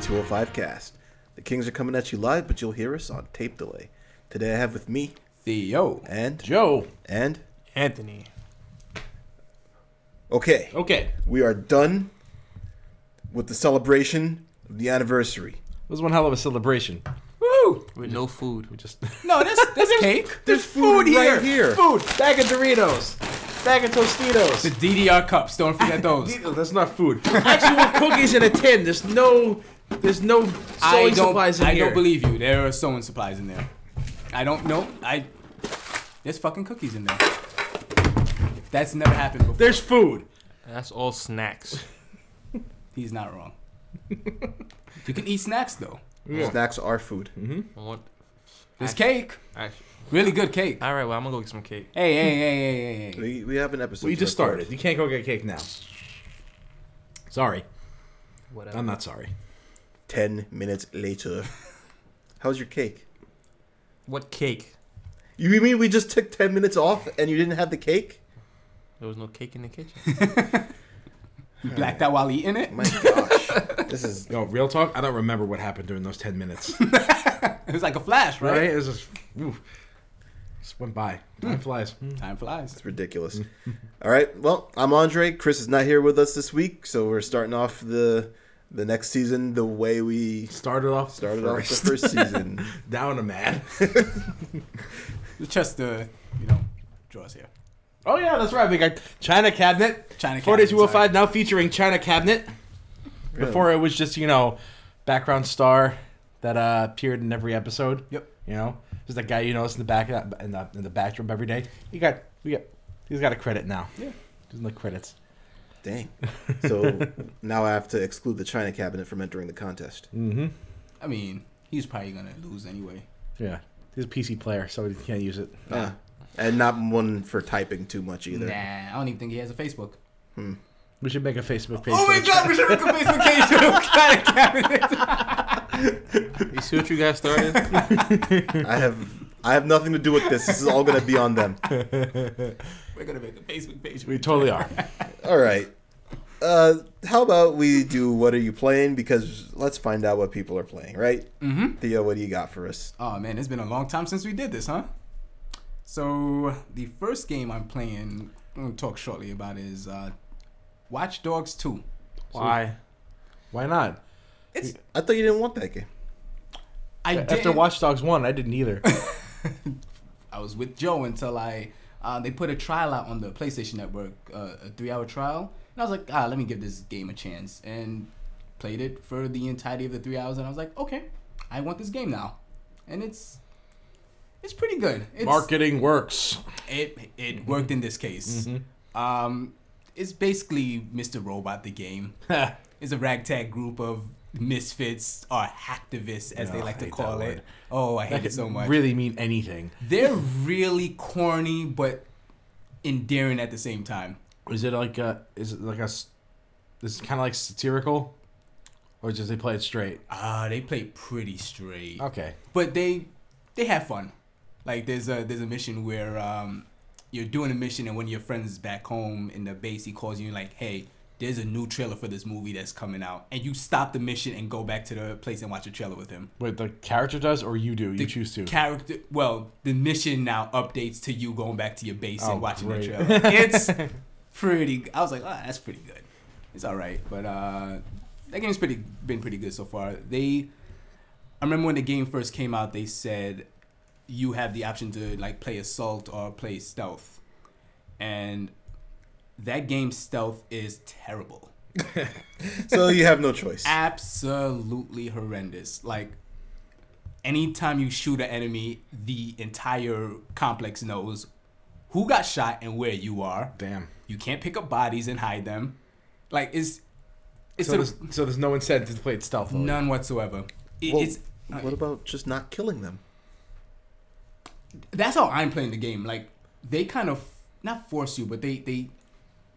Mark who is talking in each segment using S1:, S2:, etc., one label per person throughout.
S1: 205 Cast. The Kings are coming at you live, but you'll hear us on tape delay. Today I have with me
S2: Theo
S1: and
S2: Joe.
S1: and
S3: Anthony.
S1: okay,
S2: Okay,
S1: we are done with the celebration of the anniversary.
S2: it was one hell of a celebration. Woo!
S3: With no food. We just
S2: No, this this cake.
S1: there's food right here.
S2: Food. Bag of Doritos. Bag of
S4: The
S2: Tostitos.
S4: DDR cups, don't forget those.
S2: Doritos, That's not food. Actual cookies in a tin. There's no. There's no
S4: I
S2: sewing
S4: don't.
S2: supplies in
S4: I
S2: here.
S4: don't believe you. There are sewing supplies in there. I don't know. I. There's fucking cookies in there. That's never happened before.
S2: There's food.
S3: That's all snacks.
S4: He's not wrong. you can eat snacks though.
S1: Snacks are food.
S2: Mm-hmm.
S3: I want-
S4: There's cake.
S3: actually-
S4: Really good cake.
S3: all right, well, I'm gonna go get some cake.
S4: Hey, hey, hey, hey, hey, hey.
S1: We, we have an episode.
S2: We
S1: to
S2: just
S1: record.
S2: started. You can't go get cake now. Sorry,
S3: Whatever.
S1: Um,
S2: I'm not sorry.
S1: Ten minutes later. How's your cake?
S3: what cake?
S1: You mean we just took ten minutes off and you didn't have the cake?
S3: There was no cake in the kitchen.
S4: You blacked out while eating it.
S1: My gosh, this is
S2: Yo, real talk. I don't remember what happened during those ten minutes.
S4: It was like a flash, right?
S2: Right? It was just, oof. just went by. Time
S4: Hmm.
S2: flies. Hmm.
S4: Time flies.
S1: It's ridiculous. All right. Well, I'm Andre. Chris is not here with us this week, so we're starting off the the next season the way we
S2: Started off.
S1: started off the
S2: first.
S1: first season.
S2: Down a man.
S4: It's just the, you know, drawers here.
S2: oh yeah, that's right. We got China Cabinet.
S4: China cabinets,
S2: 4205 now featuring China Cabinet.
S1: Really?
S2: Before it was just you know background star that uh, appeared in every episode.
S4: Yep.
S2: You know, just that guy you notice in the back of that, in the in the backdrop every day. He got we got he's got a credit now.
S4: Yeah.
S2: He's in the credits.
S1: Dang. So now I have to exclude the China cabinet from entering the contest.
S2: Mm-hmm.
S4: I mean, he's probably gonna lose anyway.
S2: Yeah. He's a PC player, so he can't use it.
S1: Yeah. And not one for typing too much either.
S4: Nah, I don't even think he has a Facebook.
S2: We should make a Facebook page.
S4: oh my
S2: for this.
S4: god, we should make a Facebook page for the kind of cabinet.
S3: You see what you guys started?
S1: I have I have nothing to do with this. This is all going to be on them.
S4: We're gonna make a Facebook page.
S2: We totally are.
S1: All right. Uh, how about we do what are you playing? Because let's find out what people are playing, right? Mm-hmm. Theo, what do you got for us?
S4: Oh man, it's been a long time since we did this, huh? So the first game I'm playing, I'm gonna talk shortly about is uh, Watch Dogs 2.
S3: Why?
S2: Why not?
S4: It's
S1: I thought you didn't want that game.
S4: I did
S2: After Watch Dogs 1, I didn't either.
S4: I was with Joe until I uh, they put a trial out on the PlayStation Network, uh, a three-hour trial, and I was like, ah, let me give this game a chance, and played it for the entirety of the three hours, and I was like, okay, I want this game now, and it's it's pretty good. It's,
S2: Marketing works.
S4: it it worked in this case.
S2: Mm-hmm.
S4: Um, it's basically Mr. Robot the game. It's a ragtag group of misfits or hacktivists, as
S2: Yeah,
S4: they
S2: I
S4: like to
S2: hate
S4: call
S2: that
S4: it.
S2: word.
S4: Oh, I
S2: that
S4: hate
S2: could
S4: it so much.
S2: really mean anything.
S4: They're really corny but endearing at the same time.
S2: Is it like a? Is it like a? s- Is it kind of like satirical, or just they play it straight?
S4: Ah, they play pretty straight.
S2: Okay.
S4: but they they have fun. Like there's a there's a mission where um, you're doing a mission and one of your friends is back home in the base. He calls you and like, hey, there's a new trailer for this movie that's coming out, and you stop the mission and go back to the place and watch the trailer with him.
S2: Wait, the character does, or you do? You
S4: The
S2: choose to.
S4: Character, well, the mission now updates to you going back to your base
S2: Oh,
S4: and watching
S2: great.
S4: the trailer. It's pretty. I was like, ah, that's pretty good. It's all right, but uh, that game's pretty been pretty good so far. They, I remember when the game first came out, they said you have the option to like play assault or play stealth, and that game's stealth is terrible
S1: So you have no choice.
S4: absolutely horrendous. Like anytime you shoot an enemy, the entire complex knows who got shot and where you are.
S2: Damn.
S4: You can't pick up bodies and hide them. Like it's it's
S2: So
S4: sort
S2: there's,
S4: of
S2: so there's no incentive to play it stealthily.
S4: none whatsoever. It-
S1: Well,
S4: it's uh,
S1: what about just not killing them?
S4: that's how I'm playing the game. Like they kind of not force you, but they they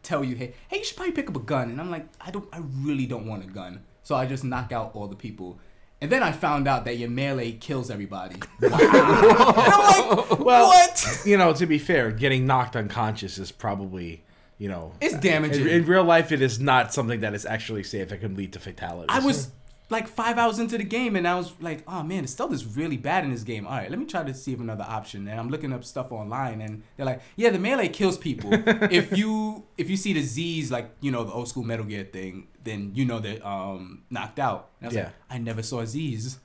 S4: tell you, hey, hey, you should probably pick up a gun. And I'm like, I don't, I really don't want a gun. So I just knock out all the people. And then I found out that your melee kills everybody. and I'm like,
S2: Well-
S4: what?
S2: You know, to be fair, getting knocked unconscious is probably, you know,
S4: It's
S2: in,
S4: damaging.
S2: in real life, it is not something that is actually safe. It can lead to fatalities.
S4: I was like five hours into the game, and I was like, oh man, the stealth is really bad in this game. All right, let me try to see if another option. And I'm looking up stuff online, and they're like, yeah, the melee kills people. if you if you see the Z's like you know the old school Metal Gear thing, then you know they're um, knocked out. And I was
S2: Yeah.
S4: like, I never saw Z's.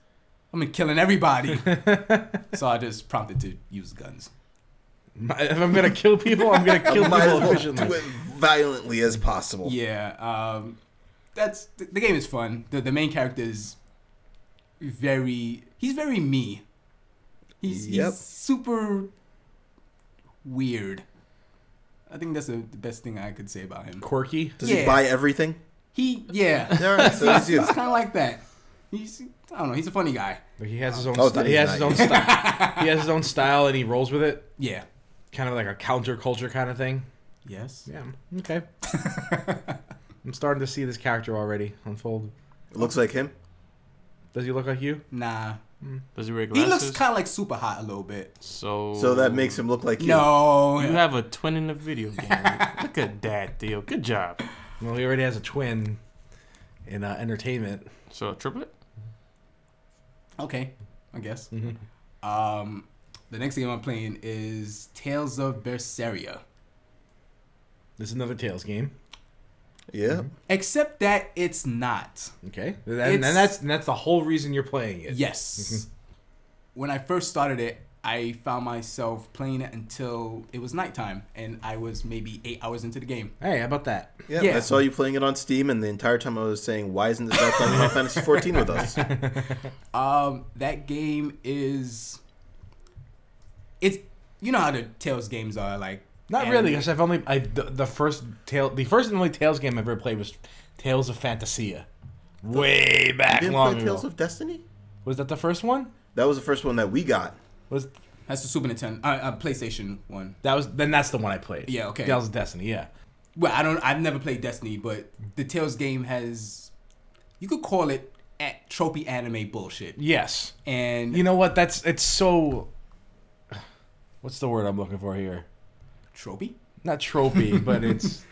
S4: I'm killing everybody. so I just prompted to use guns.
S2: If I'm gonna kill people, I'm gonna kill
S1: Might as
S2: people
S1: well do
S2: efficiently.
S1: it violently as possible.
S4: Yeah, um, that's the, the game is fun. The the main character is very he's very me. He's,
S1: Yep.
S4: he's super weird. I think that's the the best thing I could say about him.
S2: Quirky.
S1: Does he
S4: Yeah.
S1: buy everything?
S4: He yeah,
S1: All right, so that's you.
S4: it's kind of like that. He's I don't know. He's a funny guy.
S2: Like he has his own.
S1: Oh,
S2: sty-
S1: that
S2: he
S1: is
S2: has his own
S1: nice.
S2: style. he has his own style, and he rolls with it.
S4: Yeah.
S2: Kind of like a counterculture kind of thing.
S4: Yes.
S2: Yeah. Okay. I'm starting to see this character already unfold.
S1: Looks like him.
S2: Does he look like you?
S4: Nah.
S3: Does he wear
S4: He
S3: glasses?
S4: looks kind of like super hot a little bit.
S3: so.
S1: So that makes him look like you.
S4: No.
S3: You have a twin in the video game. Look at that, Theo. Good job.
S2: Well, he already has a twin in uh, entertainment.
S3: So triplet.
S4: Okay, I guess.
S2: Mm-hmm.
S4: Um, the next game I'm playing is Tales of Berseria.
S2: This is another Tails game.
S1: Yeah.
S4: Except that it's not.
S2: Okay. And,
S4: It's-
S2: and that's and that's the whole reason you're playing it.
S4: Yes.
S2: Mm-hmm.
S4: when I first started it, I found myself playing it until it was nighttime, and I was maybe eight hours into the game.
S2: Hey, how about that?
S1: yeah.
S4: Yeah.
S1: I saw you playing it on Steam, and the entire time I was saying, "Why isn't this guy playing Final Fantasy 14 with us?"
S4: Um, that game is. It's you know how the Tales games are like.
S2: Not
S4: and-
S2: really, because I've only I the, the first tail the first and only Tails game I ever played was Tales of Fantasia, way back
S1: Didn't
S2: long
S1: play
S2: ago.
S1: Tales of Destiny.
S2: was that the first one?
S1: That was the first one that we got.
S2: Was
S4: That's the Super Nintendo, uh, uh, PlayStation one.
S2: that was then that's the one I played?
S4: Yeah, okay.
S2: Tales of Destiny. Yeah,
S4: Well, I don't. I've never played Destiny, but the Tales game has. You could call it at tropey anime bullshit,
S2: yes.
S4: and
S2: You know what? That's it's so. What's the word I'm looking for here?
S4: tropey.
S2: Not tropey, but it's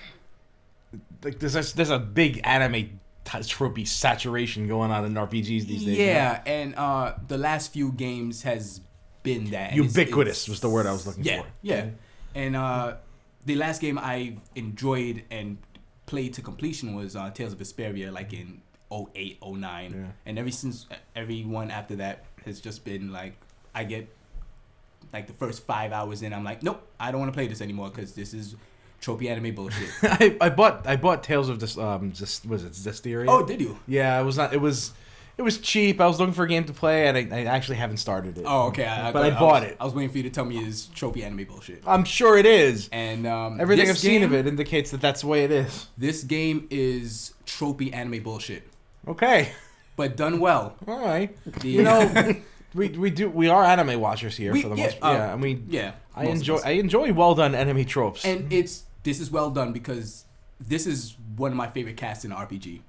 S2: like there's a, there's a big anime t- tropey saturation going on in RPGs these days.
S4: Yeah, and uh, the last few games has been that and it's-
S2: ubiquitous
S4: it's-
S2: was the word I was looking
S4: yeah,
S2: for.
S4: yeah. And uh, the last game I enjoyed and played to completion was uh, Tales of Vesperia, like in 08, 09.
S2: Yeah.
S4: And ever since, e, everyone after that has just been like, I get like the first five hours in, I'm like, nope, I don't want to play this anymore because this is tropey anime bullshit.
S2: I, I bought I bought Tales of this um just was it Zestiria?
S4: oh, did you?
S2: Yeah, it was not. It was, it was cheap. I was looking for a game to play, and I, I actually haven't started it.
S4: Oh, okay. I,
S2: But I
S4: was-
S2: bought it.
S4: I was waiting for you to tell me is tropey anime bullshit.
S2: I'm sure it is.
S4: And um,
S2: Everything
S4: this
S2: I've seen of
S4: game-
S2: it indicates that that's the way it is.
S4: This game is tropey anime bullshit,
S2: Okay,
S4: but done well.
S2: all right.
S4: The-
S2: You know, we we do we are anime watchers here
S4: We-
S2: for the
S4: yeah,
S2: most.
S4: um,
S2: yeah, I mean,
S4: yeah,
S2: I
S4: most of
S2: enjoy
S4: us.
S2: I enjoy well done enemy tropes.
S4: and it's this is well done because this is one of my favorite casts in RPG.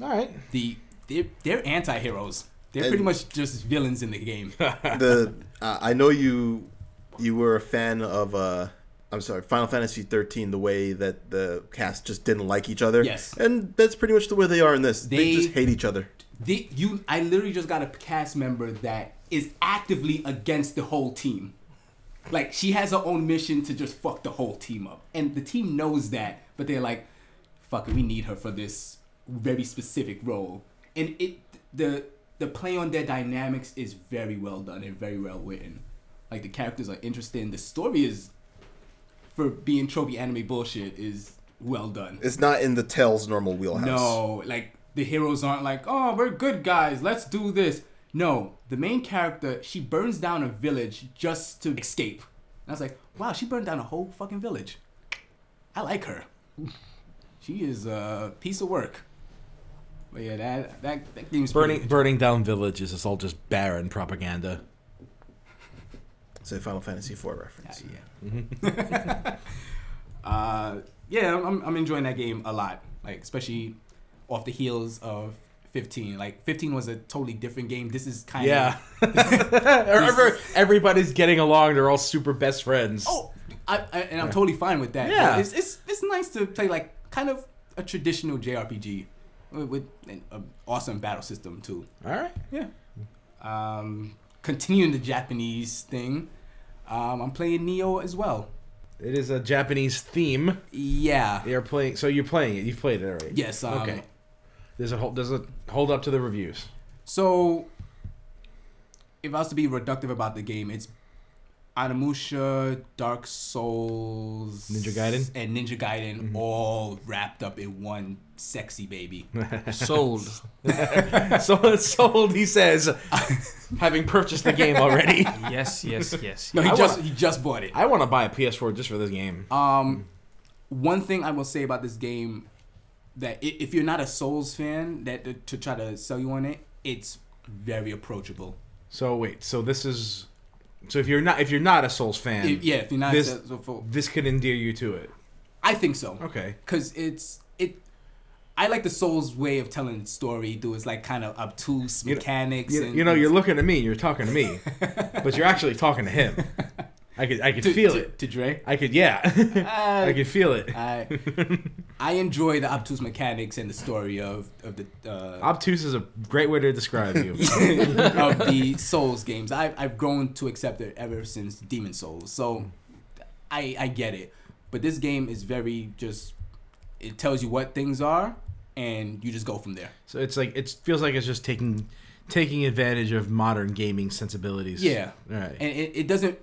S2: all right,
S4: The they're, they're anti-heroes. They're
S1: And-
S4: pretty much just villains in the game.
S1: The uh, I know you you were a fan of uh I'm sorry Final Fantasy 13 the way that the cast just didn't like each other.
S4: Yes.
S1: And that's pretty much the way they are in this. They,
S4: They-
S1: just hate each other.
S4: the, you, I literally just got a cast member that is actively against the whole team. Like she has her own mission to just fuck the whole team up, and the team knows that, but they're like, "Fuck it, we need her for this very specific role." And it, the the play on their dynamics is very well done and very well written. Like the characters are interesting. The story is, for being tropey anime bullshit, is well done.
S1: It's not in the Tails normal wheelhouse.
S4: No, like the heroes aren't like, oh, we're good guys, let's do this. No, the main character, she burns down a village just to escape. And I was like, wow, she burned down a whole fucking village. I like her. She is a piece of work. But yeah, that that that game's
S2: burning
S4: pretty-
S2: burning down villages is all just barren propaganda.
S1: It's a Final Fantasy 4 reference.
S4: Yeah. uh, yeah, I'm- I'm, I'm enjoying that game a lot. Like especially off the heels of 15. Like 15 was a totally different game. This is kind
S2: Yeah,
S4: of
S2: Every- everybody's getting along. They're all super best friends.
S4: Oh, I, I, and I'm totally fine with that.
S2: Yeah.
S4: But it's, it's it's nice to play like kind of a traditional JRPG with, with an, an awesome battle system too.
S2: All right.
S4: Yeah. Um, continuing the Japanese thing, um, I'm playing Neo as well.
S2: It is a Japanese theme.
S4: Yeah.
S2: They are playing. So you're playing it. You've played it already.
S4: Yes. Um,
S2: okay. Does it hold? Does it hold up to the reviews?
S4: So, if I was to be reductive about the game, it's Onimusha, Dark Souls,
S2: Ninja Gaiden? Mm-hmm.
S4: and Ninja Gaiden all wrapped up in one sexy baby.
S3: Sold.
S2: so it's sold. He says, having purchased the game already.
S3: Yes, yes, yes.
S4: No, he
S2: I
S4: just
S2: wanna-
S4: he just bought it.
S2: I Mm. want to buy a PS4 just for this game.
S4: Um, one thing I will say about this game that i- if you're not a Souls fan, that to- to try to sell you on it, it's very approachable.
S2: So wait. So this is. So if you're not if you're not a Souls fan,
S4: If- yeah, if you're not,
S2: this
S4: a- so for-
S2: this could endear you to it.
S4: I think so.
S2: Okay.
S4: because it's it. I like the Souls way of telling the story. Do it's like kind of obtuse
S2: You know-
S4: mechanics.
S2: You,
S4: and
S2: you know, you're looking at me. You're talking to me, but you're actually talking to him. I could I could
S4: to,
S2: feel
S4: to, Uh,
S2: it.
S4: to Dre.
S2: I could yeah. I could feel it.
S4: I I enjoy the obtuse mechanics and the story of of the uh,
S2: Obtuse is a great way to describe you.
S4: of the Souls games. I've I've grown to accept it ever since Demon Souls.
S2: Hmm.
S4: So I I get it, but this game is very just. It tells you what things are, and you just go from there.
S2: So it's like it feels like it's just taking taking advantage of modern gaming sensibilities.
S4: Yeah.
S2: All right.
S4: and it, it doesn't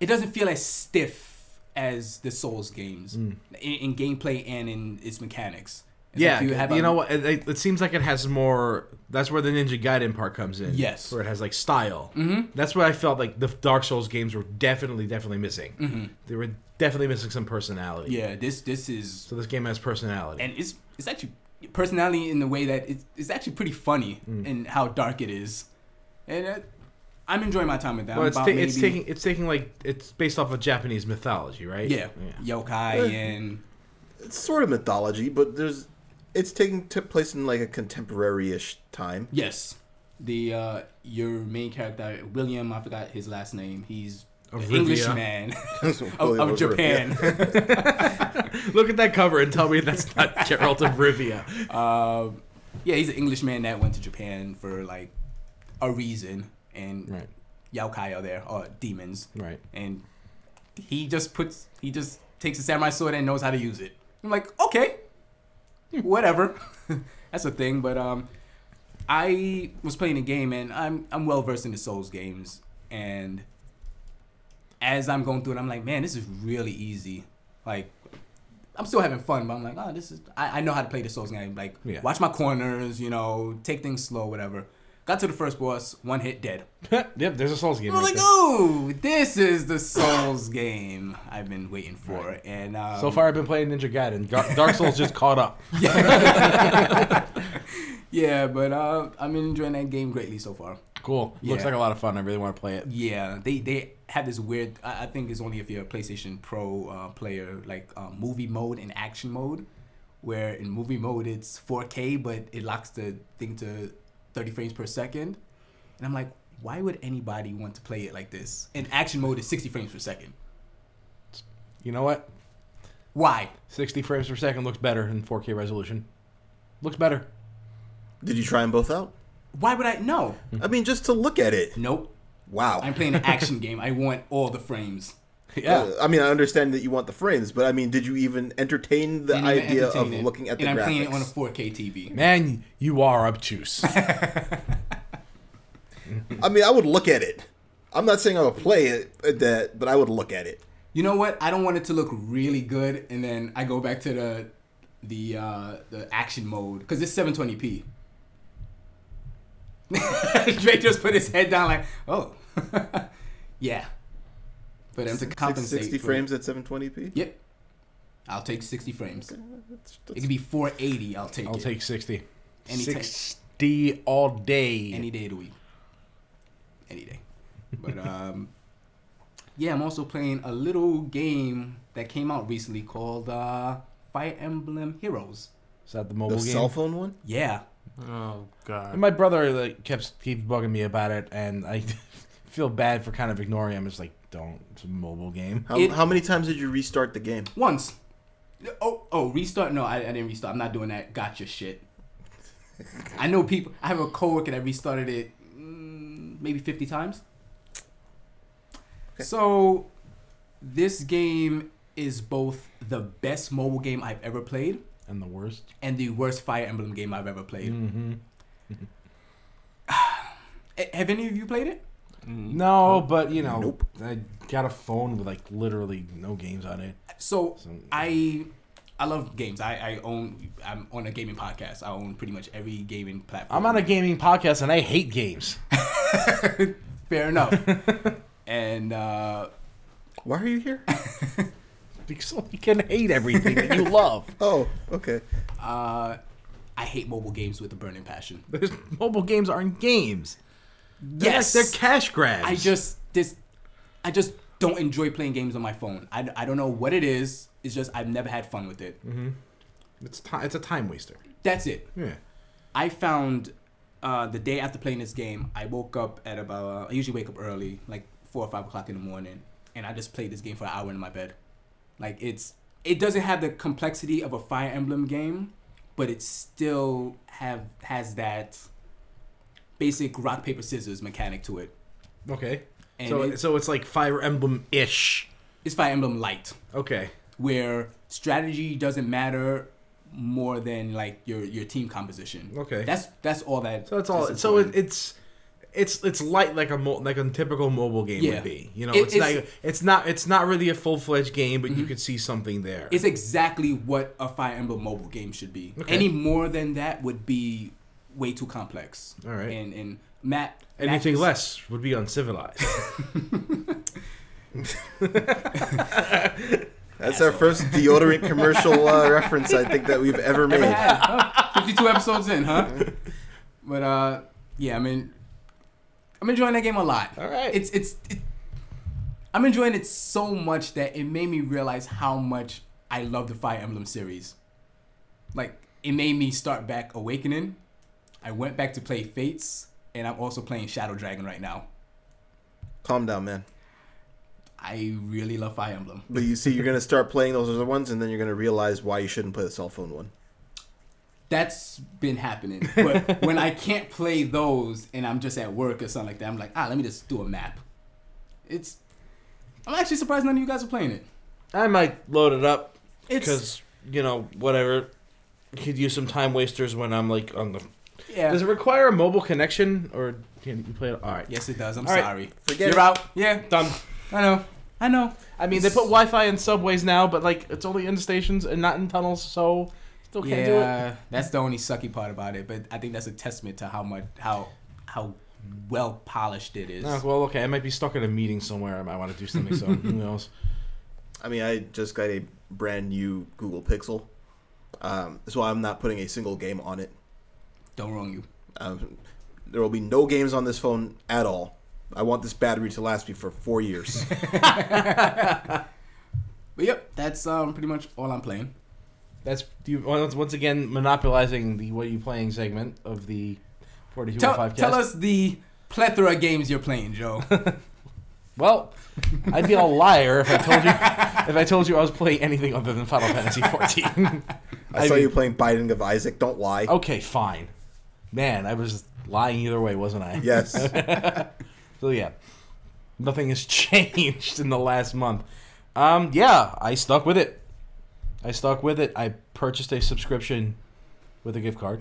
S4: it doesn't feel as stiff as the Souls games
S2: Mm.
S4: in, in gameplay and in its mechanics. It's
S2: yeah,
S4: like
S2: you,
S4: a-
S2: know what? It, it- it seems like it has more. That's where the Ninja Gaiden part comes in.
S4: Yes.
S2: where it has like style. Mm-hmm. That's what I felt like the Dark Souls games were definitely, definitely missing. Mm-hmm. They were definitely missing some personality.
S4: Yeah, this this is
S2: So this game has personality.
S4: and it's it's actually personality in the way that it's, it's actually pretty funny
S2: Mm.
S4: in how dark it is, and uh I'm enjoying my time with that.
S2: well,
S4: I'm
S2: it's,
S4: about
S2: ta- it's
S4: maybe-
S2: taking it's taking like it's based off of Japanese mythology, right?
S4: yeah, yokai and
S1: It's sort of mythology, but there's it's taking t- place in like a contemporary-ish time.
S4: yes, the uh, your main character William I forgot his last name. He's
S2: Of
S4: an
S2: Rivia.
S4: Englishman
S1: That's what William
S4: of, Oh, of
S1: was referring-
S4: Japan.
S2: Look at that cover and tell me that's not Geralt of Rivia.
S4: Um, yeah, he's an Englishman that went to Japan for like a reason, and
S2: Right.
S4: yaokai are there, or demons,
S2: Right.
S4: and he just puts he just takes a samurai sword and knows how to use it. I'm like, okay,
S2: Hmm.
S4: whatever, that's a thing. But um, I was playing a game and I'm I'm well versed in the Souls games, and as I'm going through it, I'm like, man, this is really easy. Like, I'm still having fun, but I'm like, oh, this is. I, I know how to play the Souls game. Like,
S2: Yeah.
S4: watch my corners, you know, take things slow, whatever. Got to the first boss, one hit, dead.
S2: yep, there's a Souls game.
S4: I'm
S2: right
S4: like,
S2: there.
S4: oh, this is the Souls game I've been waiting for, and um,
S2: So far, I've been playing Ninja Gaiden. Gar- Dark Souls just caught up.
S4: yeah. But uh, I'm enjoying that game greatly so far.
S2: Cool. Looks
S4: Yeah.
S2: like a lot of fun. I really want to play it.
S4: Yeah, they they have this weird. I I think it's only if you're a PlayStation Pro uh, player, like um, movie mode and action mode, where in movie mode it's 4K, but it locks the thing to 30 frames per second. And I'm like, why would anybody want to play it like this? In action mode is 60 frames per second.
S2: You know what?
S4: Why?
S2: 60 frames per second looks better in 4K resolution. Looks better.
S1: Did you try them both out?
S4: Why would I? No.
S1: I mean, just to look at it.
S4: Nope.
S1: Wow.
S4: Hmm. I'm playing an action game. I want all the frames.
S2: Yeah.
S1: Uh, I mean, I understand that you want the frames, but I mean, did you even entertain the
S4: Didn't even
S1: idea of
S4: entertain it.
S1: looking at the
S4: and
S1: graphics?
S4: I'm playing it on a 4K TV.
S2: Man, you are obtuse.
S1: I mean, I would look at it. I'm not saying I would play it uh, that, but I would look at it.
S4: You know what? I don't want it to look really good, and then I go back to the the uh, the action mode because it's 720p. Drake just put his head down like, oh, yeah. But I'm to
S1: Six-
S4: compensate.
S1: 60
S4: for-
S1: frames at 720p.
S4: Yep. I'll take 60 frames.
S1: That's-
S4: It
S1: that's-
S4: could be 480. I'll take
S2: I'll
S4: it
S2: take 60.
S4: Any time.
S2: 60 all day.
S4: any day of the week, any day. But um, yeah, I'm also playing a little game that came out recently called uh, Fire Emblem Heroes.
S2: Is that the mobile
S1: the
S2: game?
S1: cell phone one.
S4: Yeah,
S3: Oh god.
S2: My brother like, kept keeps bugging me about it, and I feel bad for kind of ignoring him. It's like, don't. It's a mobile game.
S1: How,
S4: It-
S1: how many times did you restart the game?
S4: once. Oh, oh, restart? No, I, I didn't restart. I'm not doing that. Gotcha shit. I know people. I have a coworker that restarted it mm, maybe 50 times. So, this game is both the best mobile game I've ever played
S2: And the worst.
S4: and the worst Fire Emblem game I've ever played.
S2: Mm-hmm.
S4: A- Eh, Have any of you played it?
S2: No, but you know,
S1: Oh, Nope.
S2: I got a phone with like literally no games on it.
S4: So,
S2: So
S4: I I love games. I, I own. I'm on a gaming podcast. I own pretty much every gaming platform.
S2: I'm on a gaming podcast and I hate games.
S4: Fair enough. and uh,
S1: Why are you here?
S2: Because you can hate everything that you love.
S1: Oh, okay.
S4: uh, I hate mobile games with a burning passion.
S2: There's, mobile games aren't games. They're- they're cash grabs.
S4: I just this, I just don't enjoy playing games on my phone. I, I don't know what it is. It's just I've never had fun with it.
S2: it's ti it's a time waster.
S4: That's it.
S2: Yeah.
S4: I found uh, the day after playing this game, I woke up at about. uh, I usually wake up early, like four or five o'clock in the morning, and I just played this game for an hour in my bed. Like it's it doesn't have the complexity of a Fire Emblem game, but it still have has that basic rock paper scissors mechanic to it.
S2: Okay.
S4: And
S2: so
S4: it-
S2: so it's like Fire Emblem ish.
S4: It's Fire Emblem Light.
S2: Okay.
S4: where strategy doesn't matter more than like your your team composition.
S2: Okay.
S4: That's that's all that.
S2: So it's all.
S4: that's
S2: So it,
S4: important.
S2: it's. It's it's light like a mo- like a typical mobile game
S4: Yeah.
S2: would be. You know,
S4: It-
S2: it's,
S4: it's-
S2: not it's not it's not really a full fledged game, but you could see something there.
S4: it's exactly what a Fire Emblem mobile game should be.
S2: Okay.
S4: Any more than that would be way too complex.
S2: All right.
S4: And and Matt.
S2: Anything
S4: Matt-
S2: less would be uncivilized.
S1: That's our first deodorant commercial uh, reference I think that we've ever
S4: Never
S1: made.
S4: had. huh? Fifty-two episodes in, huh? But uh, yeah. I mean, I'm enjoying that game a lot.
S2: All right.
S4: It's it's. It, I'm enjoying it so much that it made me realize how much I love the Fire Emblem series. Like it made me start back Awakening. I went back to play Fates, and I'm also playing Shadow Dragon right now.
S1: Calm down, man.
S4: I really love Fire Emblem.
S1: But you see, you're gonna start playing those other ones, and then you're gonna realize why you shouldn't play the cell phone one.
S4: That's been happening. But when I can't play those and I'm just at work or something like that, I'm like, ah, let me just do a map. It's. I'm actually surprised none of you guys are playing it.
S2: I might load it up
S4: It's-
S2: because you know whatever. Could use some time wasters when I'm like on the.
S4: Yeah.
S2: Does it require a mobile connection or can you play it? All right.
S4: yes, it does. I'm
S2: All right,
S4: sorry.
S1: forget it.
S4: You're out. Yeah.
S2: Done.
S4: I know. I know.
S2: I mean, they put Wi-Fi in subways now, but like it's only in stations and not in tunnels, so still can't do it.
S4: yeah, that's the only sucky part about it. But I think that's a testament to how much how how well polished it is.
S2: Oh, well, okay, I might be stuck in a meeting somewhere. I might want to do something. So who knows?
S1: I mean, I just got a brand new Google Pixel, um, so I'm not putting a single game on it.
S4: Don't wrong you.
S1: Um, there will be no games on this phone at all. I want this battery to last me for four years.
S4: But yep, that's um pretty much all I'm playing.
S2: That's you once once again monopolizing the what are you playing segment of the forty-two
S4: Tell,
S2: five.
S4: tell us the plethora of games you're playing, Joe.
S2: Well, I'd be a liar if I told you if I told you I was playing anything other than Final Fantasy fourteen.
S1: I,
S2: I
S1: saw
S2: mean- Oh.
S1: you playing Binding of Isaac. Don't lie.
S2: okay, fine. Man, I was lying either way, wasn't I?
S1: Yes.
S2: So yeah, nothing has changed in the last month. Um, yeah, I stuck with it. I stuck with it. I purchased a subscription with a gift card.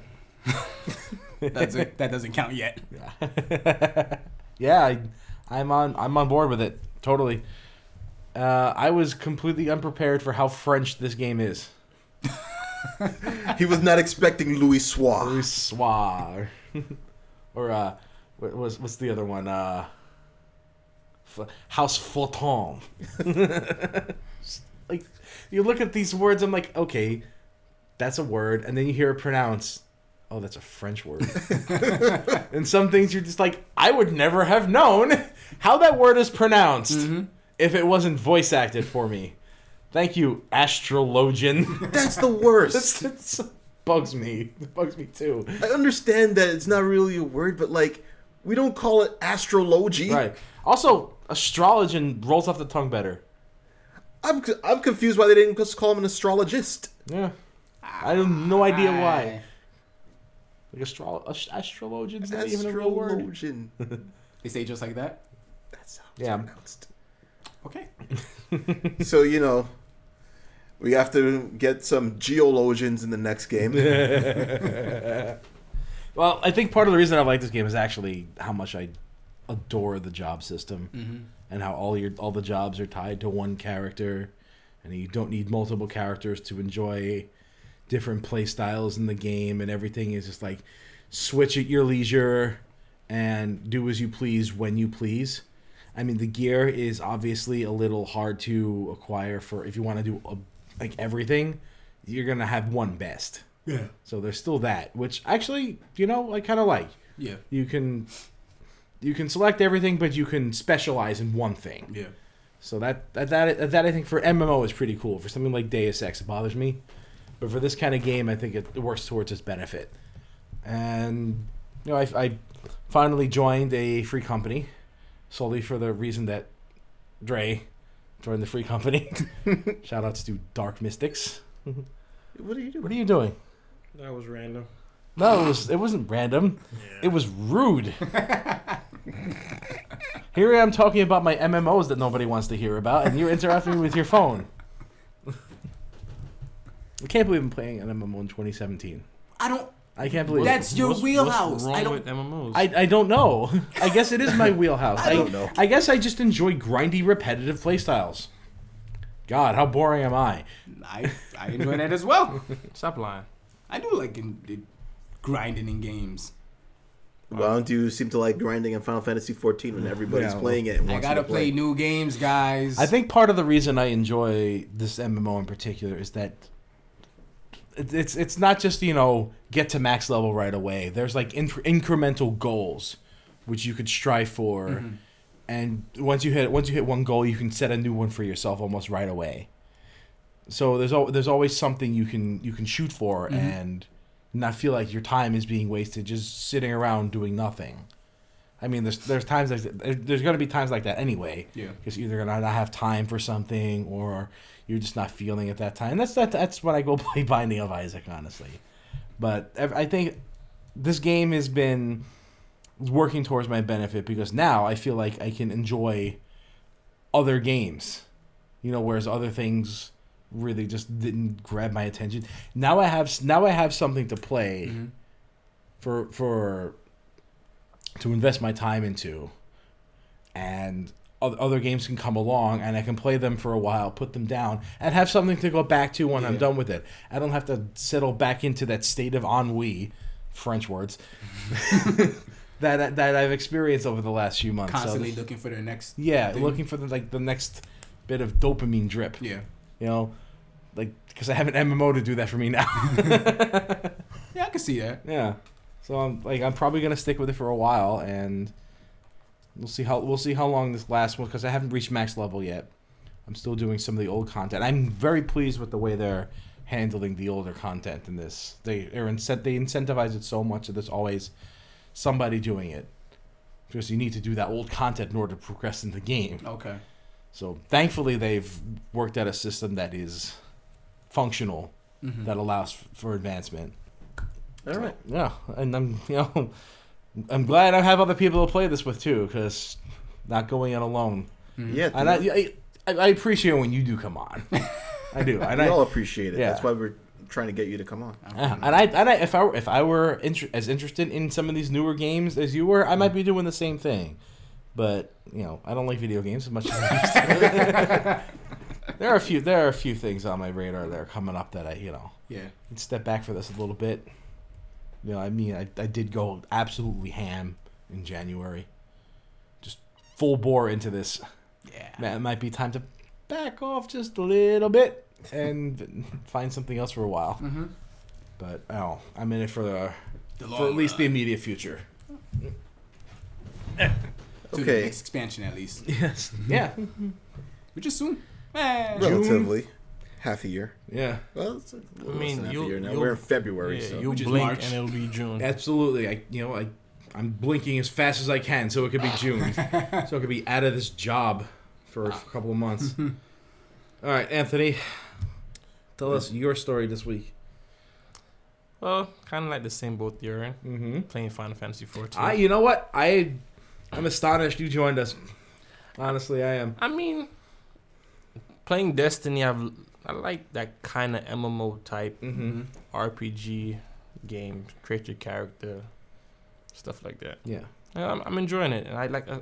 S4: That's it. That doesn't count yet.
S2: Yeah, yeah. I, I'm on. I'm on board with it totally. Uh, I was completely unprepared for how French this game is.
S1: he was not expecting Louis Suave.
S2: Soir. or uh, what was what's the other one? Uh, F- House Fauton. like you look at these words, I'm like, okay, that's a word, and then you hear it pronounced. Oh, that's a French word. and some things you're just like, I would never have known how that word is pronounced if it wasn't voice acted for me. Thank you, astrologian.
S1: That's the worst.
S2: It's- it's- bugs me. It bugs me too.
S1: I understand that it's not really a word, but like we don't call it astrology.
S2: Right. Also, astrologian rolls off the tongue better.
S1: I'm I'm confused why they didn't just call him an astrologist.
S4: Ah.
S2: Yeah. I have no idea why. Like astro- ast- astrologian's not even a real word.
S1: Astrologian.
S4: They say it just like that.
S1: That's how it's
S2: Yeah.
S1: pronounced.
S4: Okay.
S1: So you know, we have to get some geologians in the next game.
S2: Well, I think part of the reason I like this game is actually how much I adore the job system and how all your all the jobs are tied to one character and you don't need multiple characters to enjoy different play styles in the game and everything is just like switch at your leisure and do as you please when you please. I mean, the gear is obviously a little hard to acquire for if you want to do uh like everything, you're going to have one best.
S4: Yeah.
S2: So there's still that, which actually, you know, I kind of like.
S4: Yeah.
S2: You can you can select everything, but you can specialize in one thing.
S4: Yeah.
S2: So that that that, that I think for MMO is pretty cool. For something like Deus Ex, it bothers me, but for this kind of game, I think it, it works towards its benefit. And you know, I, I finally joined a free company solely for the reason that Dre joined the free company. Shout outs to Dark Mystics.
S1: what are you doing?
S2: What are you doing?
S3: That was random.
S2: No, it, was, it wasn't random. It was rude. Here I am talking about my MMOs that nobody wants to hear about, and you're interrupting me with your phone. I can't believe I'm playing an MMO in 2017.
S4: I don't.
S2: I can't believe it.
S4: That's your
S3: What's-
S4: wheelhouse.
S3: What's wrong
S4: I don't.
S3: with MMOs?
S2: I, I don't know. I guess it is my wheelhouse. I,
S1: don't know.
S2: I guess I just enjoy grindy, repetitive playstyles. God, how boring am I?
S4: I, I enjoy that as well.
S3: Stop lying.
S4: I do like in, in- grinding in games.
S1: Why don't you seem to like grinding in Final Fantasy 14 when everybody's
S2: Yeah.
S1: playing it? And
S4: I
S1: wants you
S4: gotta
S1: to
S4: play new games, guys.
S2: I think part of the reason I enjoy this MMO in particular is that it- it's it's not just you know get to max level right away. There's like inc- incremental goals which you could strive for, and once you hit once you hit one goal, you can set a new one for yourself almost right away. So there's al- there's always something you can you can shoot for and not feel like your time is being wasted just sitting around doing nothing. I mean, there's there's times like th- there's gonna be times like that anyway.
S4: Yeah.
S2: Because either you're gonna not have time for something or you're just not feeling at that time. That's that, that's when I go play Binding of Isaac, honestly. But ev- I think this game has been working towards my benefit because now I feel like I can enjoy other games. You know, whereas other things really just didn't grab my attention. Now I have s- now I have something to play
S4: Mm-hmm.
S2: for for to invest my time into, and oth- other games can come along and I can play them for a while, put them down, and have something to go back to when I'm
S4: Yeah.
S2: done with it. I don't have to settle back into that state of ennui, French words, that that I've experienced over the last few months. So
S4: constantly
S2: this-
S4: looking for the next.
S2: yeah,
S4: thing.
S2: looking for the like the next bit of dopamine drip.
S4: Yeah.
S2: You know, like because I have an MMO to do that for me now.
S4: Yeah, I can see that.
S2: yeah. So I'm like I'm probably gonna stick with it for a while, and we'll see how we'll see how long this lasts. One because I haven't reached max level yet. I'm still doing some of the old content. I'm very pleased with the way they're handling the older content in this. They are incent- they incentivize it so much that there's always somebody doing it because you need to do that old content in order to progress in the game.
S4: Okay.
S2: So thankfully, they've worked out a system that is functional that allows f- for advancement.
S1: All right.
S2: Yeah, and I'm you know I'm glad I have other people to play this with too, because not going in alone.
S3: Mm-hmm.
S1: Yeah.
S2: And I, I I appreciate when you do come on. I do, and
S1: we all
S2: I.
S1: appreciate it.
S2: Yeah.
S1: That's why we're trying to get you to come on.
S2: yeah, and I, and I, if I, were- if I were inter- as interested in some of these newer games as you were, I might be doing the same thing. But you know, I don't like video games as much as I used to. There are a few. There are a few things on my radar that are coming up that I, you know,
S4: Yeah.
S2: can step back for this a little bit. You know, I mean, I, I did go absolutely ham in January, just full bore into this.
S4: Yeah.
S2: Man, It might be time to back off just a little bit and find something else for a while. Mm-hmm. But oh, I'm in it for the
S4: The
S2: for at
S4: long
S2: least the
S4: run.
S2: immediate future.
S4: To the
S1: Okay.
S4: next expansion at least,
S2: Yes. Yeah.
S4: which is soon. Eh.
S1: Relatively. Half a year.
S2: Yeah.
S1: Well, it's a little
S3: I mean,
S1: less than half a
S3: you'll-
S1: year now.
S3: you'll-
S1: We're in February,
S3: Yeah,
S1: so.
S3: you
S4: Which is
S3: blink
S4: March.
S3: and it'll be June.
S2: Absolutely. I you know I I'm blinking as fast as I can so it could be June, so I could be out of this job for a couple of months. Mm-hmm. All right, Anthony, tell us your story this week.
S3: Well, kind of like the same boat you're in,
S2: Mm-hmm.
S3: playing Final Fantasy 14.
S2: I, you know what? I, I'm astonished you joined us. Honestly, I am.
S3: I mean, playing Destiny, I've I like that kind of MMO type
S2: Mm-hmm.
S3: RPG game, create your character, stuff like that.
S2: Yeah.
S3: And I'm, I'm enjoying it, and I like. Uh,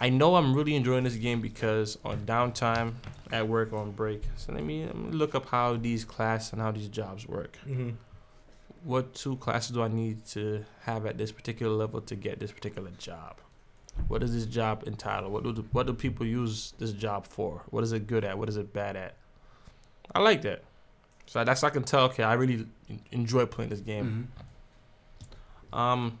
S3: I know I'm really enjoying this game because on downtime, at work, on break. So let me, let me look up how these class and how these jobs work.
S2: Mm-hmm.
S3: What two classes do I need to have at this particular level to get this particular job? What is this job entitled? What do the, what do people use this job for? What is it good at? What is it bad at? I like that. So that's I can tell. Okay, I really en- enjoy playing this game.
S4: Mhm.
S2: Mm-hmm.
S3: Um,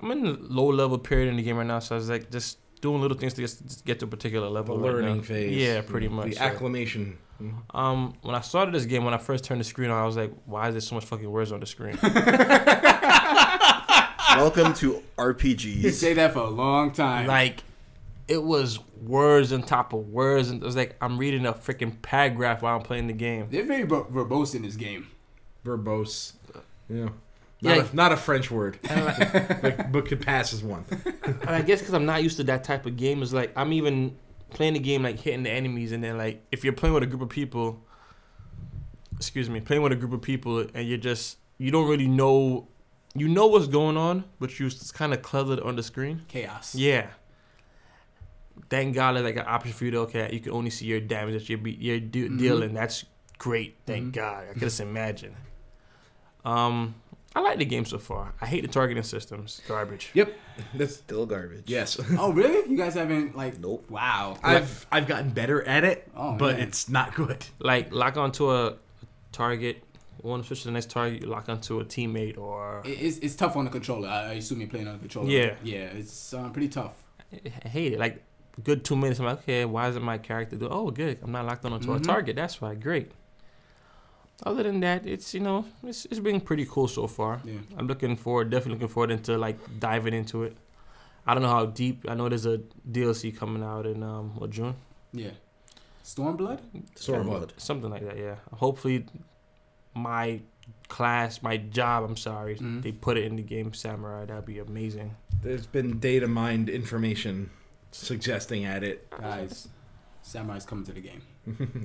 S3: I'm in a low level period in the game right now, so I was like just doing little things to just, just get to a particular
S2: The
S3: level. right
S2: learning
S3: now.
S2: phase.
S3: Yeah, pretty
S2: The
S3: much. so.
S2: acclamation.
S3: um, when I started this game, when I first turned the screen on, I was like, "Why is there so much fucking words on the screen?"
S1: Welcome to
S4: You
S1: RPGs.
S4: say that for a long time.
S3: like, it was words on top of words, and it was like I'm reading a freaking paragraph while I'm playing the game.
S4: They're very ver- verbose in this game.
S2: Verbose. Yeah.
S3: Yeah,
S2: Not,
S3: like-
S2: a, not a French word,
S3: And like,
S2: like, but could pass as one.
S3: And I guess because I'm not used to that type of game, is like I'm even playing the game like hitting the enemies, and then like if you're playing with a group of people, excuse me, playing with a group of people, and you're just you don't really know, you know what's going on, but you just kind of cluttered on the screen.
S4: Chaos.
S3: Yeah. Thank God there's like an option for you to okay, you can only see your damage that you're be, you're de-
S4: Mhm.
S3: dealing. That's great. Thank
S4: Mhm.
S3: God. I could just imagine. Um, I like the game so far. I hate the targeting systems. Garbage.
S2: That's
S1: Still garbage.
S2: yes.
S4: Oh, really? You guys haven't, like,
S1: Nope.
S4: wow.
S2: I've I've gotten better at it,
S4: Oh,
S2: but
S4: man.
S2: it's not good.
S3: like lock onto a target. Want to switch to the next target? You lock onto a teammate or
S4: It- It's, it's tough on the controller. I I assume you're playing on the controller.
S3: Yeah.
S4: Yeah, it's uh, pretty tough.
S3: I hate it. Like good two minutes. I'm like, okay, why isn't my character do? Oh, good. I'm not locked on onto
S4: Mhm.
S3: a target. That's why. Great. Other than that, it's you know it's it's been pretty cool so far.
S4: Yeah.
S3: I'm looking forward, definitely looking forward into like diving into it. I don't know how deep. I know there's a DLC coming out in um what June,
S4: Yeah. Stormblood?
S2: Stormblood.
S3: something like that. Yeah. Hopefully, my class, my job. I'm sorry,
S4: Mhm.
S3: they put it in the game Samurai. That'd be amazing.
S2: There's been data mined information suggesting at it,
S4: Guys, Samurai's coming to the game.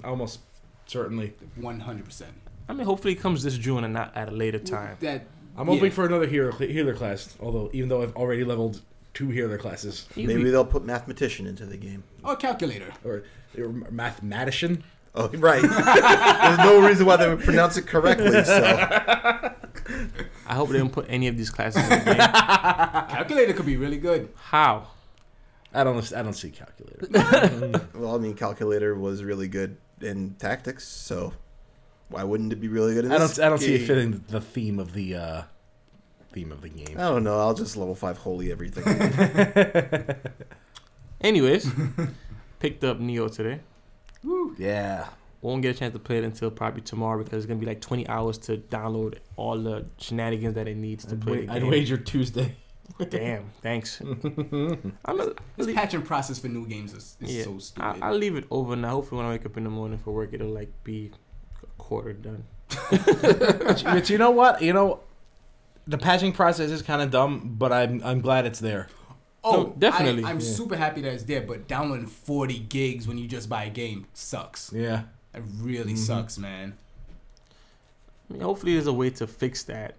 S2: almost certainly.
S4: 100%.
S3: I mean, hopefully it comes this June and not at a later time.
S4: That,
S2: I'm
S4: yeah.
S2: hoping for another hero healer class. Although, even though I've already leveled two healer classes
S1: Maybe they'll put mathematician into the game.
S4: Or calculator.
S2: or, or mathematician,
S1: Oh, right. There's no reason why they would pronounce it correctly. So
S3: I hope they don't put any of these classes in the game.
S4: calculator could be really good.
S3: How?
S2: I don't I don't see calculator.
S1: well, I mean, calculator was really good in tactics. So why wouldn't it be really good in
S2: I
S1: this
S2: don't I don't see it
S1: game?
S2: fitting the theme of the uh, theme of the game.
S1: I don't know. I'll just level five holy everything.
S3: Anyways, picked up Neo today.
S2: Yeah.
S3: Won't get a chance to play it until probably tomorrow because it's gonna be like 20 hours to download all the shenanigans that it needs to
S2: I'd,
S3: play.
S2: wait,
S3: the
S2: I'd
S3: game.
S2: wager Tuesday.
S3: Damn. Thanks. I'm a,
S4: This patching process for new games is, is
S3: Yeah.
S4: so stupid.
S3: I, I'll leave it overnight. Hopefully, when I wake up in the morning for work, it'll like be a quarter done.
S2: but, but you know what? You know, the patching process is kind of dumb, but I'm I'm glad it's there.
S4: oh,
S3: No, definitely.
S4: I, am
S2: Yeah.
S4: super happy that it's there, but downloading 40 gigs when you just buy a game sucks.
S2: Yeah.
S4: It really
S3: Mm-hmm.
S2: Mhm.
S4: sucks, man.
S3: I mean, hopefully, there's a way to fix that.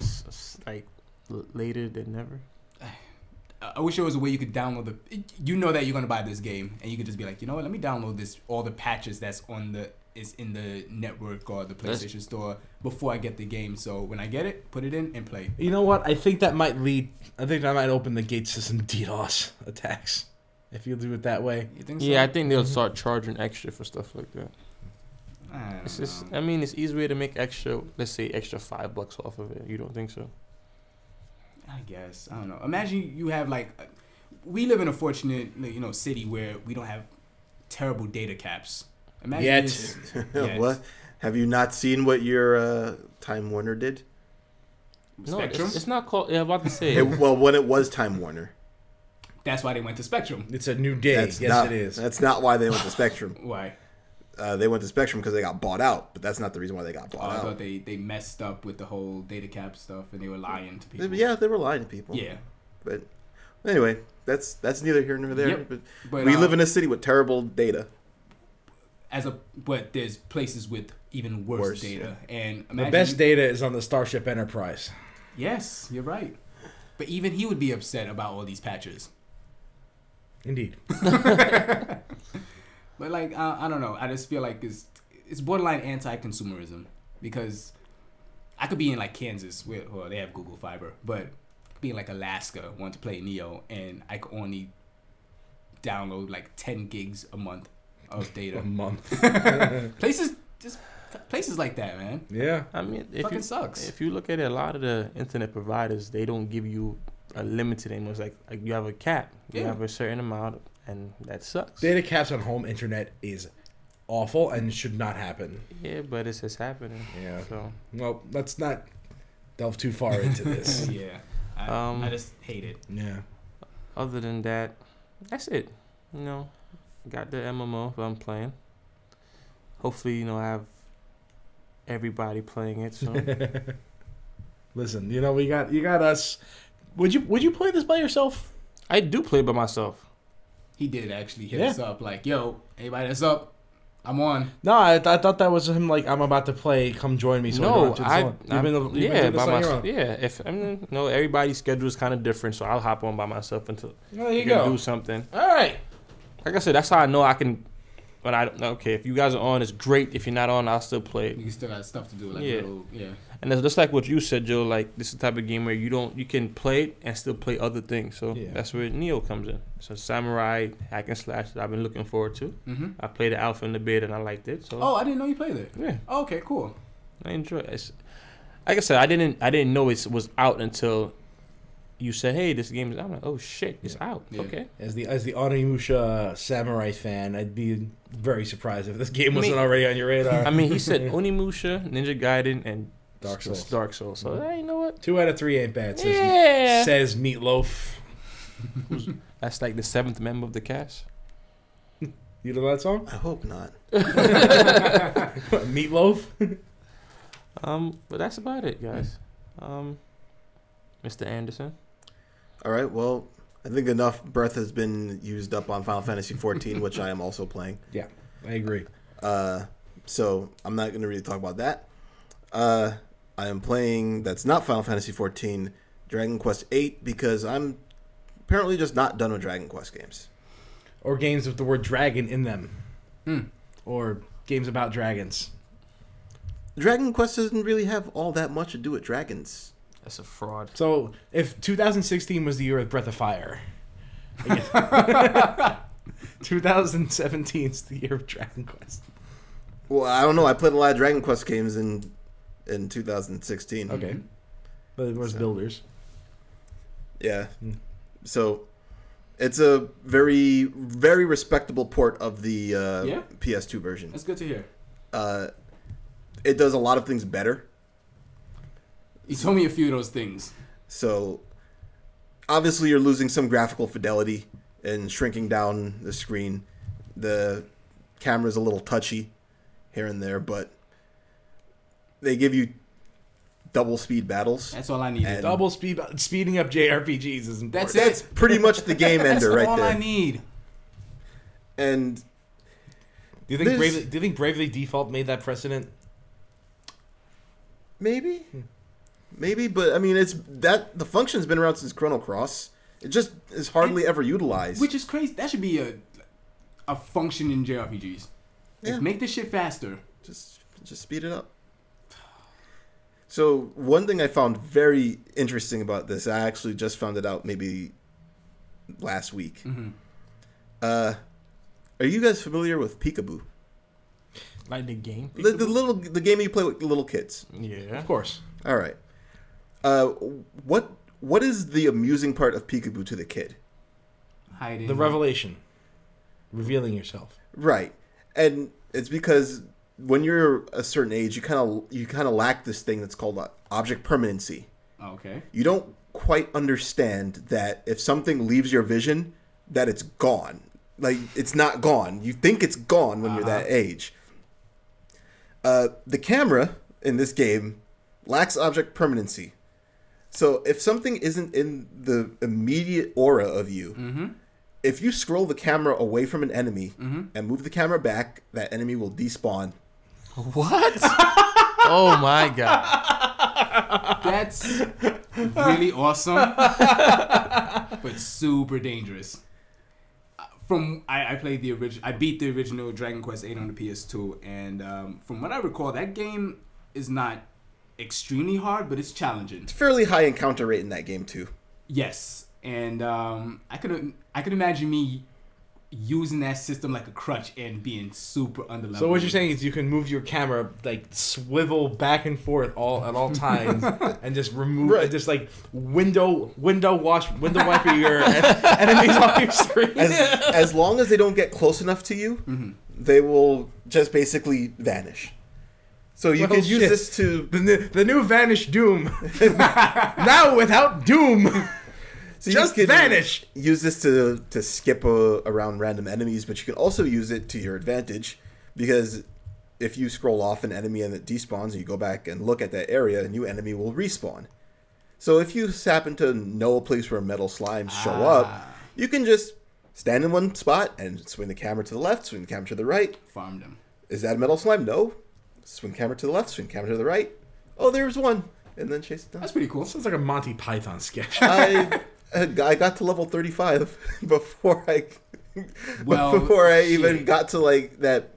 S3: s- s- Like l- later than never.
S4: I I wish there was a way you could download the. You know that you're gonna buy this game, and you could just be like, you know what? Let me download this all the patches that's on the is in the network or the
S3: That's-
S4: PlayStation Store before I get the game. So when I get it, put it in and play.
S2: You know what? I think that might lead. I think that might open the gates to some DDoS attacks if you do it that way.
S4: You think?
S3: Yeah, I
S4: So?
S3: think
S2: Mm-hmm.
S3: they'll start charging extra for stuff like that.
S4: I don't
S3: It's just,
S4: know.
S3: I mean, it's easier to make extra, let's say, extra five bucks off of it. You don't think so?
S4: I guess I don't know. Imagine you have like, uh, we live in a fortunate you know city where we don't have terrible data caps. Imagine
S2: Yet.
S4: this- Yes.
S1: what? Have you not seen what your uh, Time Warner did?
S3: No, it's,
S4: Spectrum.
S3: it's not called. Yeah, I'm about to say.
S1: It, well, when it was Time Warner.
S4: That's why they went to Spectrum.
S2: It's a new day.
S1: That's
S2: yes,
S1: not,
S2: it is.
S1: That's not why they went to Spectrum.
S4: Why?
S1: uh, they went to Spectrum because they got bought out, but that's not the reason why they got
S4: Oh, I
S1: bought
S4: thought
S1: out.
S4: they, they messed up with the whole data cap stuff and they were lying to people.
S1: Yeah, they were lying to people.
S4: Yeah.
S1: but anyway, that's that's neither here nor there.
S4: Yep.
S1: But,
S4: But,
S1: we
S4: uh,
S1: live in a city with terrible data.
S4: As a but there's places with even worse,
S1: Worse,
S4: data. And
S2: The
S4: imagine-
S2: best data is on the Starship Enterprise.
S4: Yes, you're right. But even he would be upset about all these patches.
S2: Indeed.
S4: But like I, I don't know. I just feel like it's it's borderline anti-consumerism because I could be in like Kansas where well they have Google Fiber, but be in like Alaska want to play Neo and I could only download like 10 gigs a month of
S2: A
S4: data.
S2: month.
S4: places just places like that, man.
S2: Yeah.
S3: I mean, if
S4: Fucking
S3: you,
S4: sucks.
S3: If you look at it, a lot of the internet providers, they don't give you a limited anymore. It's like, like you have a cap, you
S4: Yeah.
S3: have a certain amount, and that sucks.
S2: Data caps on home internet is awful and should not happen.
S3: yeah, but it's just happening.
S2: Yeah.
S3: So
S2: Well, let's not delve too far into this.
S4: yeah. I,
S3: Um,
S4: I just hate it.
S2: yeah.
S3: other than that, that's it. You know, got the MMO that I'm playing. Hopefully, you know, I have everybody playing it soon.
S2: Listen, you know we got you got us. Would you would you play this by yourself?
S3: I do play by myself.
S4: He did actually hit
S2: Yeah.
S4: us up like, "Yo, anybody that's up, I'm on."
S2: No, I, I thought that was him. Like I'm about to play. Come join me. So I
S3: no,
S2: don't have to
S3: I,
S2: do this
S3: I-
S2: alone. You've been, you've
S3: yeah,
S2: been doing this
S3: by
S2: on your
S3: myself.
S2: own.
S3: Yeah, if I mean, no, everybody's schedule is kind of different, so I'll hop on by myself until
S2: Well, there you
S3: I can
S2: go.
S3: do something.
S2: All right.
S3: Like I said, that's how I know I can. When I okay, if you guys are on, it's great. If you're not on, I'll still play. it.
S4: You still got stuff to do, like
S3: Yeah.
S4: little, yeah.
S3: And it's just like what you said, Joe. Like this is the type of game where you don't you can play it and still play other things. So
S2: Yeah.
S3: that's where Neo comes in. So samurai hack and slash that I've been looking forward to.
S4: hmm
S3: I played the alpha in the beta and I liked it. So
S4: Oh, I didn't know you played it.
S3: yeah,
S4: Oh, Okay, cool.
S3: I enjoy it. It's, like I said, I didn't I didn't know it was out until you said, "Hey, this game is." out." I'm like, "Oh shit, it's out."
S4: Yeah.
S3: Okay.
S2: As the as the Onimusha samurai fan, I'd be very surprised if this game
S3: I
S2: wasn't
S3: mean-
S2: already on your radar.
S3: I mean, he said Onimusha, Ninja Gaiden, and
S2: Dark
S3: s-
S2: Souls.
S3: Dark Souls. So hey, you know what?
S2: Two out of three ain't bad. Says,
S3: Yeah.
S2: says Meatloaf.
S3: That's like the seventh member of the cast.
S2: You know that song?
S1: I hope not.
S2: Meatloaf.
S3: Um, but that's about it, guys. Um, Mr. Anderson.
S1: All right, well, I think enough breath has been used up on Final Fantasy 14, which I am also playing.
S2: Yeah, I agree.
S1: Uh, so I'm not going to really talk about that. Uh, I am playing that's not Final Fantasy 14, Dragon Quest 8 because I'm apparently just not done with Dragon Quest games.
S2: Or games with the word dragon in them.
S4: Hmm.
S2: Or games about dragons.
S1: Dragon Quest doesn't really have all that much to do with dragons.
S3: That's a fraud.
S2: So if 2016 was the year of Breath of Fire, I guess- 2017 is the year of Dragon Quest.
S1: Well, I don't know. I played a lot of Dragon Quest games in in 2016.
S2: Okay, but it was
S1: So-
S2: builders.
S1: Yeah.
S2: Hmm.
S1: So it's a very very respectable port of the uh,
S4: Yeah.
S1: PS2 version.
S4: That's good to hear.
S1: Uh, it does a lot of things better.
S4: You told me a few of those things.
S1: So obviously you're losing some graphical fidelity and shrinking down the screen. The camera's a little touchy here and there, but they give you double speed battles.
S4: That's all I needed.
S1: And-
S2: Double speed, speeding up JRPGs is important.
S4: That's it.
S1: That's pretty much the game
S4: That's
S1: ender right
S4: all
S1: there.
S4: I need.
S1: And
S2: Do you think
S1: There's-
S2: Bravely, do you think Bravely Default made that precedent?
S1: Maybe. Maybe, but I mean, it's that the function's been around since Chrono Cross. It just is hardly ever utilized.
S4: Which is crazy. That should be a a function in JRPGs. Like,
S1: Yeah.
S4: Make this shit faster.
S1: just just speed it up. So one thing I found very interesting about this, I actually just found it out maybe last week.
S4: Mhm.
S1: Uh, are you guys familiar with Peekaboo?
S3: Like the game.
S1: The, the little the game you play with little kids.
S3: yeah.
S2: Of course.
S1: All right. Uh, what what is the amusing part of Peekaboo to the kid?
S4: Hiding.
S2: The revelation, revealing yourself.
S1: Right, and it's because when you're a certain age, you kind of you kind of lack this thing that's called uh, object permanency.
S4: Oh, okay.
S1: You don't quite understand that if something leaves your vision, that it's gone. Like it's not gone. You think it's gone when you're that age, Uh, the camera in this game lacks object permanency. So if something isn't in the immediate aura of you, if you scroll the camera away from an enemy and move the camera back, that enemy will despawn.
S3: What? oh my god.
S4: That's really awesome, but super dangerous. Uh, From I, I played the original, I beat the original Dragon Quest Eight on the PS2, and um, from what I recall, that game is not extremely hard, but it's challenging.
S1: Fairly high encounter rate in that game too.
S4: Yes, and um, I could I could imagine me using that system like a crutch and being super underleveled.
S2: So what you're saying is you can move your camera like swivel back and forth all at all times and just remove
S1: Right.
S2: and just like window window wash window wiper your en- enemies off your screen.
S1: As, as long as they don't get close enough to you,
S2: Mm-hmm.
S1: they will just basically vanish. So you
S2: Well,
S1: can use
S2: shit.
S1: this to
S2: the, new, the new vanish doom. now without doom,
S1: so you
S2: just
S1: can
S2: vanish.
S1: Use this to to skip uh, around random enemies, but you can also use it to your advantage because if you scroll off an enemy and it despawns, and you go back and look at that area, a new enemy will respawn. So if you happen to know a place where metal slimes show
S2: Ah.
S1: up, you can just stand in one spot and swing the camera to the left, swing the camera to the right,
S4: farm them.
S1: Is that a metal slime? No. Swing camera to the left, swing camera to the right. Oh, there's one. And then chase it down.
S4: That's pretty cool.
S2: Sounds like a Monty Python sketch.
S1: I, I got to level 35 before I
S4: Well,
S1: before I even
S4: shit.
S1: got to like that.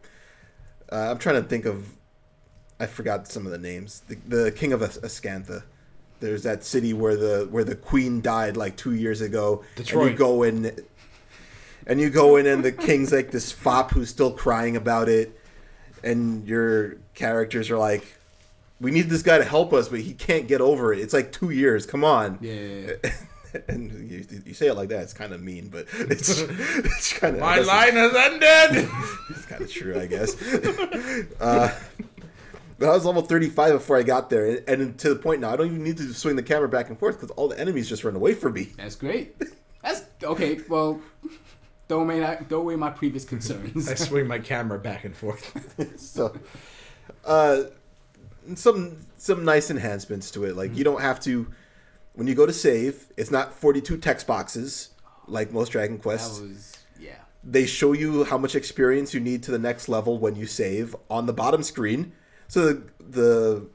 S1: Uh, I'm trying to think of. I forgot some of the names. The, the King of As- Ascantha. There's that city where the where the queen died like two years ago. And
S2: Detroit.
S1: you go in, and you go in, and the king's like this fop who's still crying about it, and your characters are like, "We need this guy to help us, but he can't get over it. It's like two years. Come on."
S4: Yeah, yeah, yeah.
S1: and you, you say it like that, it's kind of mean, but it's it's kind of
S2: My line has ended.
S1: It's kind of true, I guess. uh, but I was level thirty five before I got there, and, and to the point now, I don't even need to swing the camera back and forth because all the enemies just run away from me.
S4: That's great. That's okay. Well, throw away that, throw away my previous
S2: I
S4: concerns.
S2: swing my camera back and forth.
S1: So, uh, some some nice enhancements to it. Like you don't have to when you go to save, it's not forty two text boxes like most Dragon
S4: that
S1: Quests.
S4: was yeah.
S1: they show you how much experience you need to the next level when you save on the bottom screen. So the, the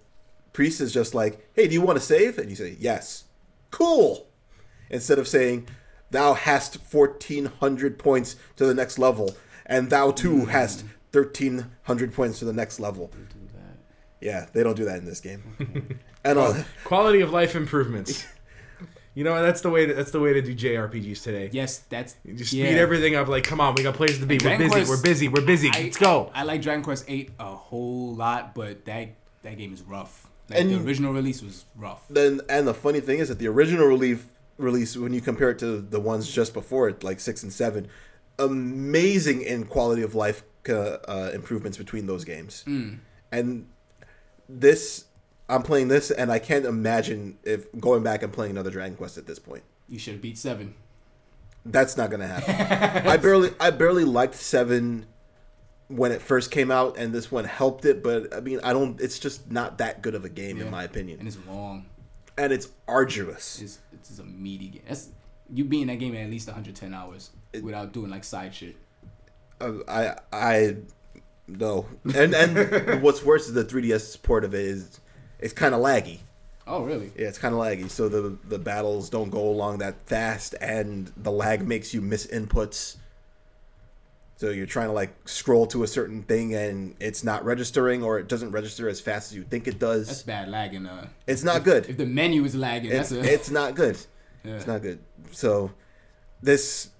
S1: priest is just like, "Hey, do you want to save?" And you say, "Yes." Cool. Instead of saying, "Thou hast fourteen hundred points to the next level, and thou too hast thirteen hundred points to the next level."
S4: Do that.
S1: Yeah, they don't do that in this game. and uh,
S2: Quality of life improvements. You know that's the way. To, that's the way to do JRPGs today.
S4: Yes, that's
S2: You just
S4: yeah.
S2: speed everything up. Like, come on, we got places to be. We're
S4: Dragon
S2: busy.
S4: Quest-
S2: We're busy. We're busy.
S4: I-
S2: Let's go.
S4: I like Dragon Quest Eight a whole lot, but that that game is rough. Like
S1: And-
S4: the original release was rough.
S1: then and the funny thing is that the original relief release when you compare it to the ones just before it like six and seven amazing in quality of life uh, uh, improvements between those games
S4: Mm.
S1: and this i'm playing this and i can't imagine if going back and playing another dragon quest at this point
S4: You should have beat Seven.
S1: that's not gonna happen i barely i barely liked seven when it first came out and this one helped it but i mean i don't it's just not that good of a game
S4: Yeah.
S1: in my opinion
S4: and it's long.
S1: and it's arduous
S4: It's it's just a meaty game. That's you beating that game at least 110 hours without doing like side shit.
S1: Uh, I I no, and and what's worse is the 3ds port of it is it's kind of laggy.
S4: Oh really?
S1: Yeah, it's kind of laggy. So the the battles don't go along that fast, and the lag makes you miss inputs. So you're trying to like scroll to a certain thing, and it's not registering, or it doesn't register as fast as you think it does.
S4: That's bad lagging. Uh,
S1: it's not good.
S4: if the menu is lagging,
S1: it's,
S4: that's a
S1: it's not good.
S4: Yeah.
S1: It's not good. So this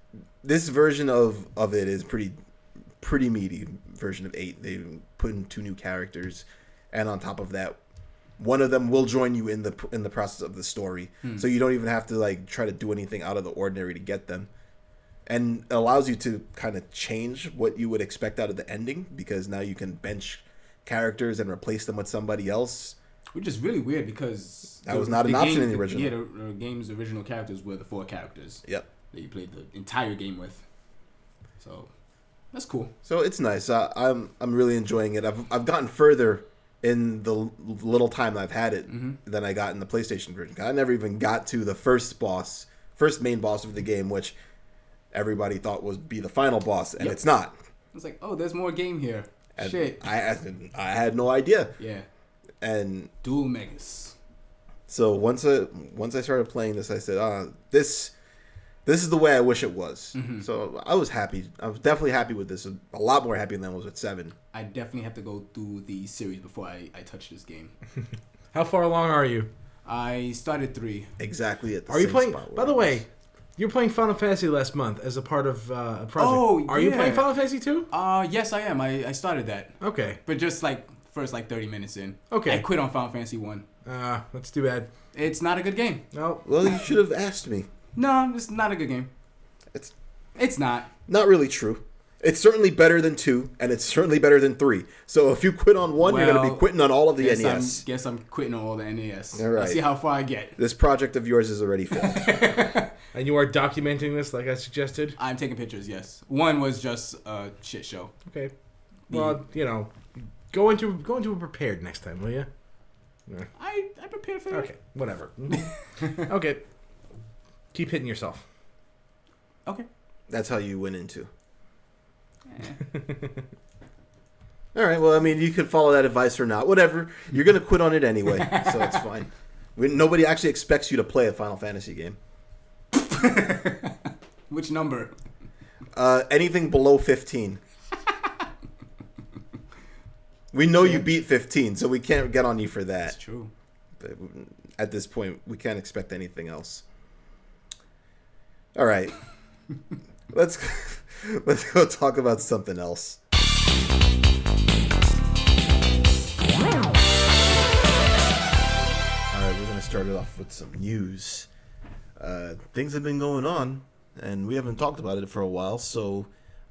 S1: this version of of it is pretty pretty meaty version of 8. They put in two new characters and on top of that one of them will join you in the in the process of the story.
S4: Hmm.
S1: So you don't even have to like try to do anything out of the ordinary to get them. And it allows you to kind of change what you would expect out of the ending because now you can bench characters and replace them with somebody else.
S4: Which is really weird because
S1: That was not an option in the original.
S4: Yeah, the, the game's original characters were the four characters
S1: Yep.
S4: that you played the entire game with. So That's cool.
S1: So it's nice. I, I'm I'm really enjoying it. I've I've gotten further in the l- little time I've had it
S2: Mm-hmm.
S1: than I got in the PlayStation version. I never even got to the first boss, first main boss of the game, which everybody thought would be the final boss, and
S4: Yep.
S1: it's not.
S4: It's like, oh, there's more game here.
S1: And
S4: Shit.
S1: I I I had no idea,
S4: yeah.
S1: and
S4: Dual Megas.
S1: so once I once I started playing this, I said, "Ah, this this is the way I wish it was."
S2: Mm-hmm.
S1: So I was happy. I was definitely happy with this. A lot more happy than I was with seven.
S4: I definitely have to go through the series before I, I touch this game.
S2: How far along are you?
S4: I started three.
S1: Exactly at the
S2: Are you
S1: same
S2: playing?
S1: spot where
S2: By the
S1: I was.
S2: way, you're playing Final Fantasy last month as a part of uh, a project.
S4: Oh,
S2: are you
S4: yeah.
S2: playing Final Fantasy two?
S4: Uh, yes, I am. I, I started that.
S2: Okay,
S4: But just like first like 30 minutes in.
S2: Okay.
S4: I quit on Final Fantasy 1.
S2: uh, that's too bad.
S4: It's not a good game.
S2: No,
S1: Well, you should have asked me.
S4: No, it's not a good game.
S1: It's
S4: It's not.
S1: not really true. It's certainly better than two, and it's certainly better than three. So if you quit on one, you're going to
S4: Well,
S1: be quitting on all of the E
S4: guess
S1: NES.
S4: I'm, guess I'm quitting on all the NES.
S1: All right.
S4: Let's see how far I get.
S1: This project of yours is already failed.
S2: and you are documenting this like I suggested.
S4: I'm taking pictures, yes. One was just a shit show.
S2: Okay. Well,
S4: Mm.
S2: you know, go into go into it prepared next time, will you?
S4: I, I prepared for that.
S2: Okay, whatever. okay, keep hitting yourself.
S4: Okay.
S1: That's how you went into. all right. Well, I mean, you could follow that advice or not. Whatever. You're going to quit on it anyway, so it's fine. We, nobody actually expects you to play a Final Fantasy game.
S4: Which number?
S1: Uh, anything below 15. We know you beat 15, so we can't get on you for that.
S4: That's true.
S1: But at this point, we can't expect anything else. All right, let's let's go talk about something else. All right, we're gonna start it off with some news. Uh, things have been going on, and we haven't talked about it for a while. So,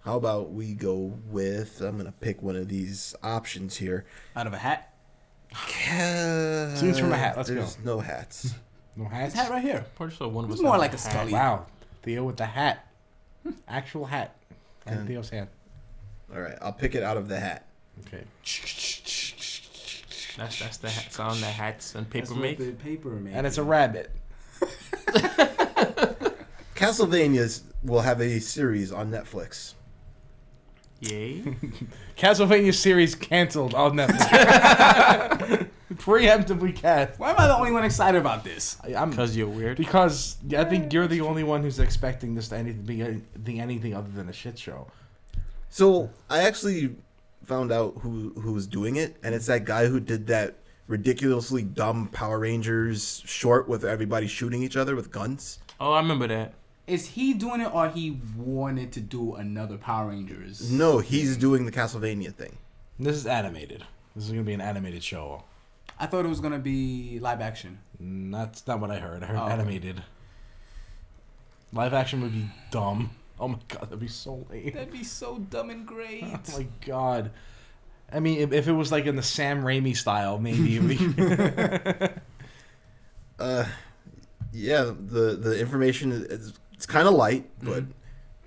S1: how about we go with? I'm gonna pick one of these options here.
S4: Out of a hat?
S1: Ca-
S2: Tunes from a hat, let's go.
S1: There's no hats.
S2: No hats.
S4: This hat right here.
S3: Pretty sure one of
S4: It's
S3: us
S4: more
S3: have
S4: like a
S3: hat.
S4: scully.
S2: Wow, Theo with the hat, actual hat, and Theo's hat.
S1: All right, I'll pick it out of the hat.
S2: Okay.
S3: That's that's the hat sound that hats and paper
S4: That's what
S3: make.
S4: the paper make.
S2: And it's a rabbit.
S1: Castlevania's will have a series on Netflix.
S3: Yay!
S2: Castlevania series canceled on Netflix. Preemptively cat.
S4: Why am I the only one excited about this?
S2: I'm
S3: Cause you're weird.
S2: because I think you're the only one who's expecting this to anything be anything, anything other than a shit show.
S1: So I actually found out who who's doing it, and it's that guy who did that ridiculously dumb Power Rangers short with everybody shooting each other with guns.
S3: Oh, I remember that.
S4: Is he doing it or he wanted to do another Power Rangers?
S1: No, he's doing the Castlevania thing.
S2: This is animated. This is gonna be an animated show.
S4: I thought it was gonna be live action.
S2: Mm, That's not what I heard. I heard
S4: Oh, okay.
S2: animated. Live action would be dumb. Oh my god, that'd be so lame.
S4: That'd be so dumb and great.
S2: Oh my god. I mean, if, if it was like in the Sam Raimi style, maybe. it would be-
S1: Uh, yeah, the the information is it's, it's kind of light, but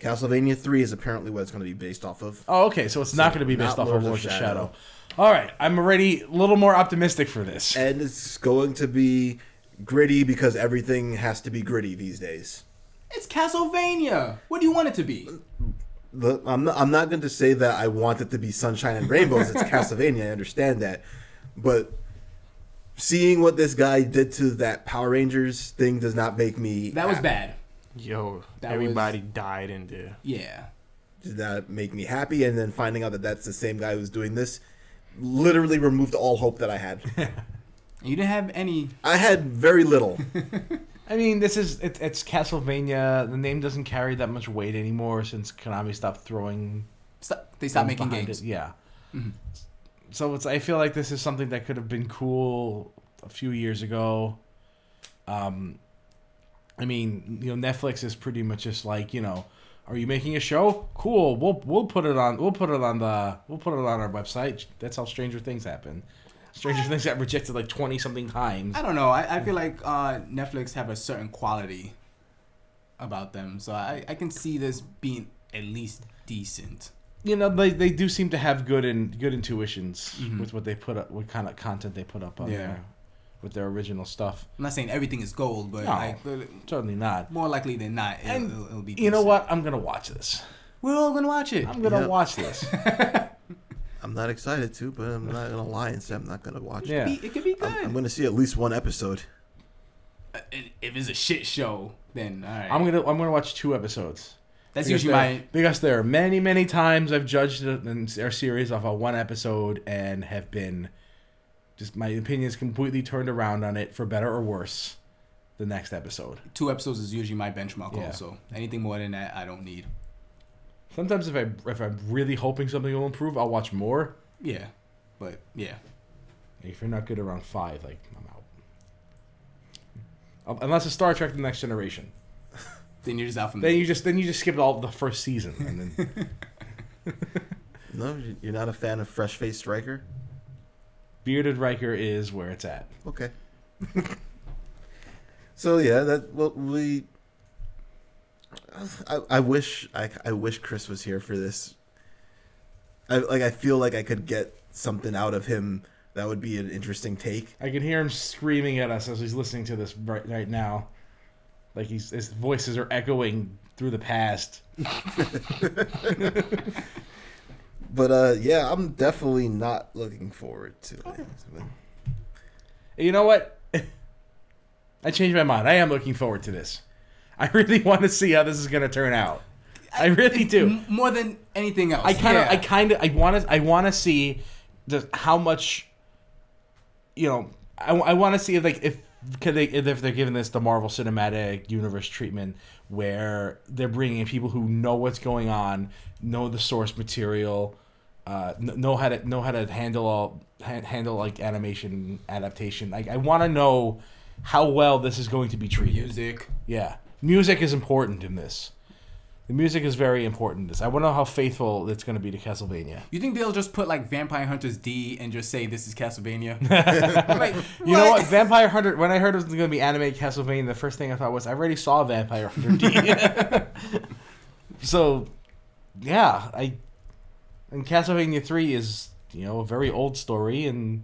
S1: Castlevania Three is apparently what it's going to be based off of.
S2: oh, okay. So it's not going to be
S1: not
S2: based off of
S1: Lords of
S2: Lords of Shadow.
S1: Shadow.
S2: All right, I'm already a little more optimistic for this.
S1: And it's going to be gritty because everything has to be gritty these days.
S4: It's Castlevania. What do you want it to be?
S1: the, I'm not, I'm not going to say that I want it to be sunshine and rainbows. It's Castlevania. I understand that, but seeing what this guy did to that Power Rangers thing does not make me.
S4: That was
S1: hap-
S4: bad.
S3: Yo,
S4: That
S3: everybody died in there.
S4: Yeah.
S1: Did not make me happy, and then finding out that that's the same guy who's doing this, literally removed all hope that I had.
S4: And you didn't have any.
S1: I had very little.
S2: I mean, this is it, it's Castlevania. The name doesn't carry that much weight anymore since Konami stopped throwing.
S4: Stop, they stopped
S2: things
S4: making
S2: behind
S4: games. Mm-hmm.
S2: it. Yeah. So it's. I feel like this is something that could have been cool a few years ago. Um, I mean, you know, Netflix is pretty much just like you know, are you making a show? Cool. We'll we'll put it on. We'll put it on the. We'll put it on our website. That's how Stranger Things happen. Stranger Things got rejected like twenty something times.
S4: I don't know. I, I feel like uh, Netflix have a certain quality about them, so I, I can see this being at least decent.
S2: you know they, they do seem to have good and good intuitions
S4: Mhm.
S2: with what they put up, what kind of content they put up on
S4: Yeah.
S2: there, with their original stuff.
S4: I'm not saying everything is gold, but
S2: No.
S4: like,
S2: Certainly not.
S4: more likely than not, it'll,
S2: And
S4: it'll, it'll be.
S2: You know
S4: decent.
S2: what? I'm gonna watch this.
S4: We're all gonna watch it.
S2: I'm gonna
S1: Yeah.
S2: watch this.
S1: I'm not excited to, but I'm not gonna lie and say I'm not gonna watch
S2: Yeah.
S1: it.
S4: It could be good.
S1: I'm, I'm gonna see at least one episode.
S4: Uh, if it's a shit show, then all right.
S2: I'm gonna I'm gonna watch two episodes.
S4: That's
S2: Because
S4: usually
S2: there-
S4: my.
S2: because there are many many times I've judged a- an- our series off of one episode and have been just my opinions completely turned around on it for better or worse the next episode.
S4: two episodes is usually my benchmark
S2: Yeah.
S4: also anything more than that i don't need
S2: Sometimes if I if I'm really hoping something will improve, I'll watch more.
S4: yeah but yeah
S2: If you're not good around five, like I'm out. Um, Unless it's Star Trek: The Next Generation,
S4: then you're just out from
S2: then
S4: there
S2: you just then you just skip all the first season and then
S1: No, you're not a fan of Fresh Face Striker?
S2: Bearded Riker is where it's at.
S1: Okay. so yeah, that well we. I, I wish I, I wish Chris was here for this. I like I feel like I could get something out of him that would be an interesting take.
S2: I can hear him screaming at us as he's listening to this right, right now. Like he's, his voices are echoing through the past.
S1: But uh yeah, I'm definitely not looking forward to it.
S2: And you know what? I changed my mind. I am looking forward to this. I really want to see how this is going to turn out. I really do.
S4: M- more than anything else
S2: I kind of,
S4: yeah.
S2: I kind of, I want to, I want to see the, how much, you know, I, want to see if like if can they if they're giving this the Marvel Cinematic Universe treatment where they're bringing in people who know what's going on, know the source material, uh, kn- know how to know how to handle all ha- handle like animation adaptation. Like I want to know how well this is going to be treated.
S4: music
S2: Yeah. Music is important in this. The music is very important in this. I wonder how faithful it's going to be to Castlevania.
S4: you think they'll just put like vampire hunters d and just say this is castlevania like,
S2: You know what? Vampire Hunter, when I heard it was going to be anime Castlevania, the first thing I thought was, I already saw Vampire Hunter D. so, yeah. I And Castlevania 3 is, you know, a very old story and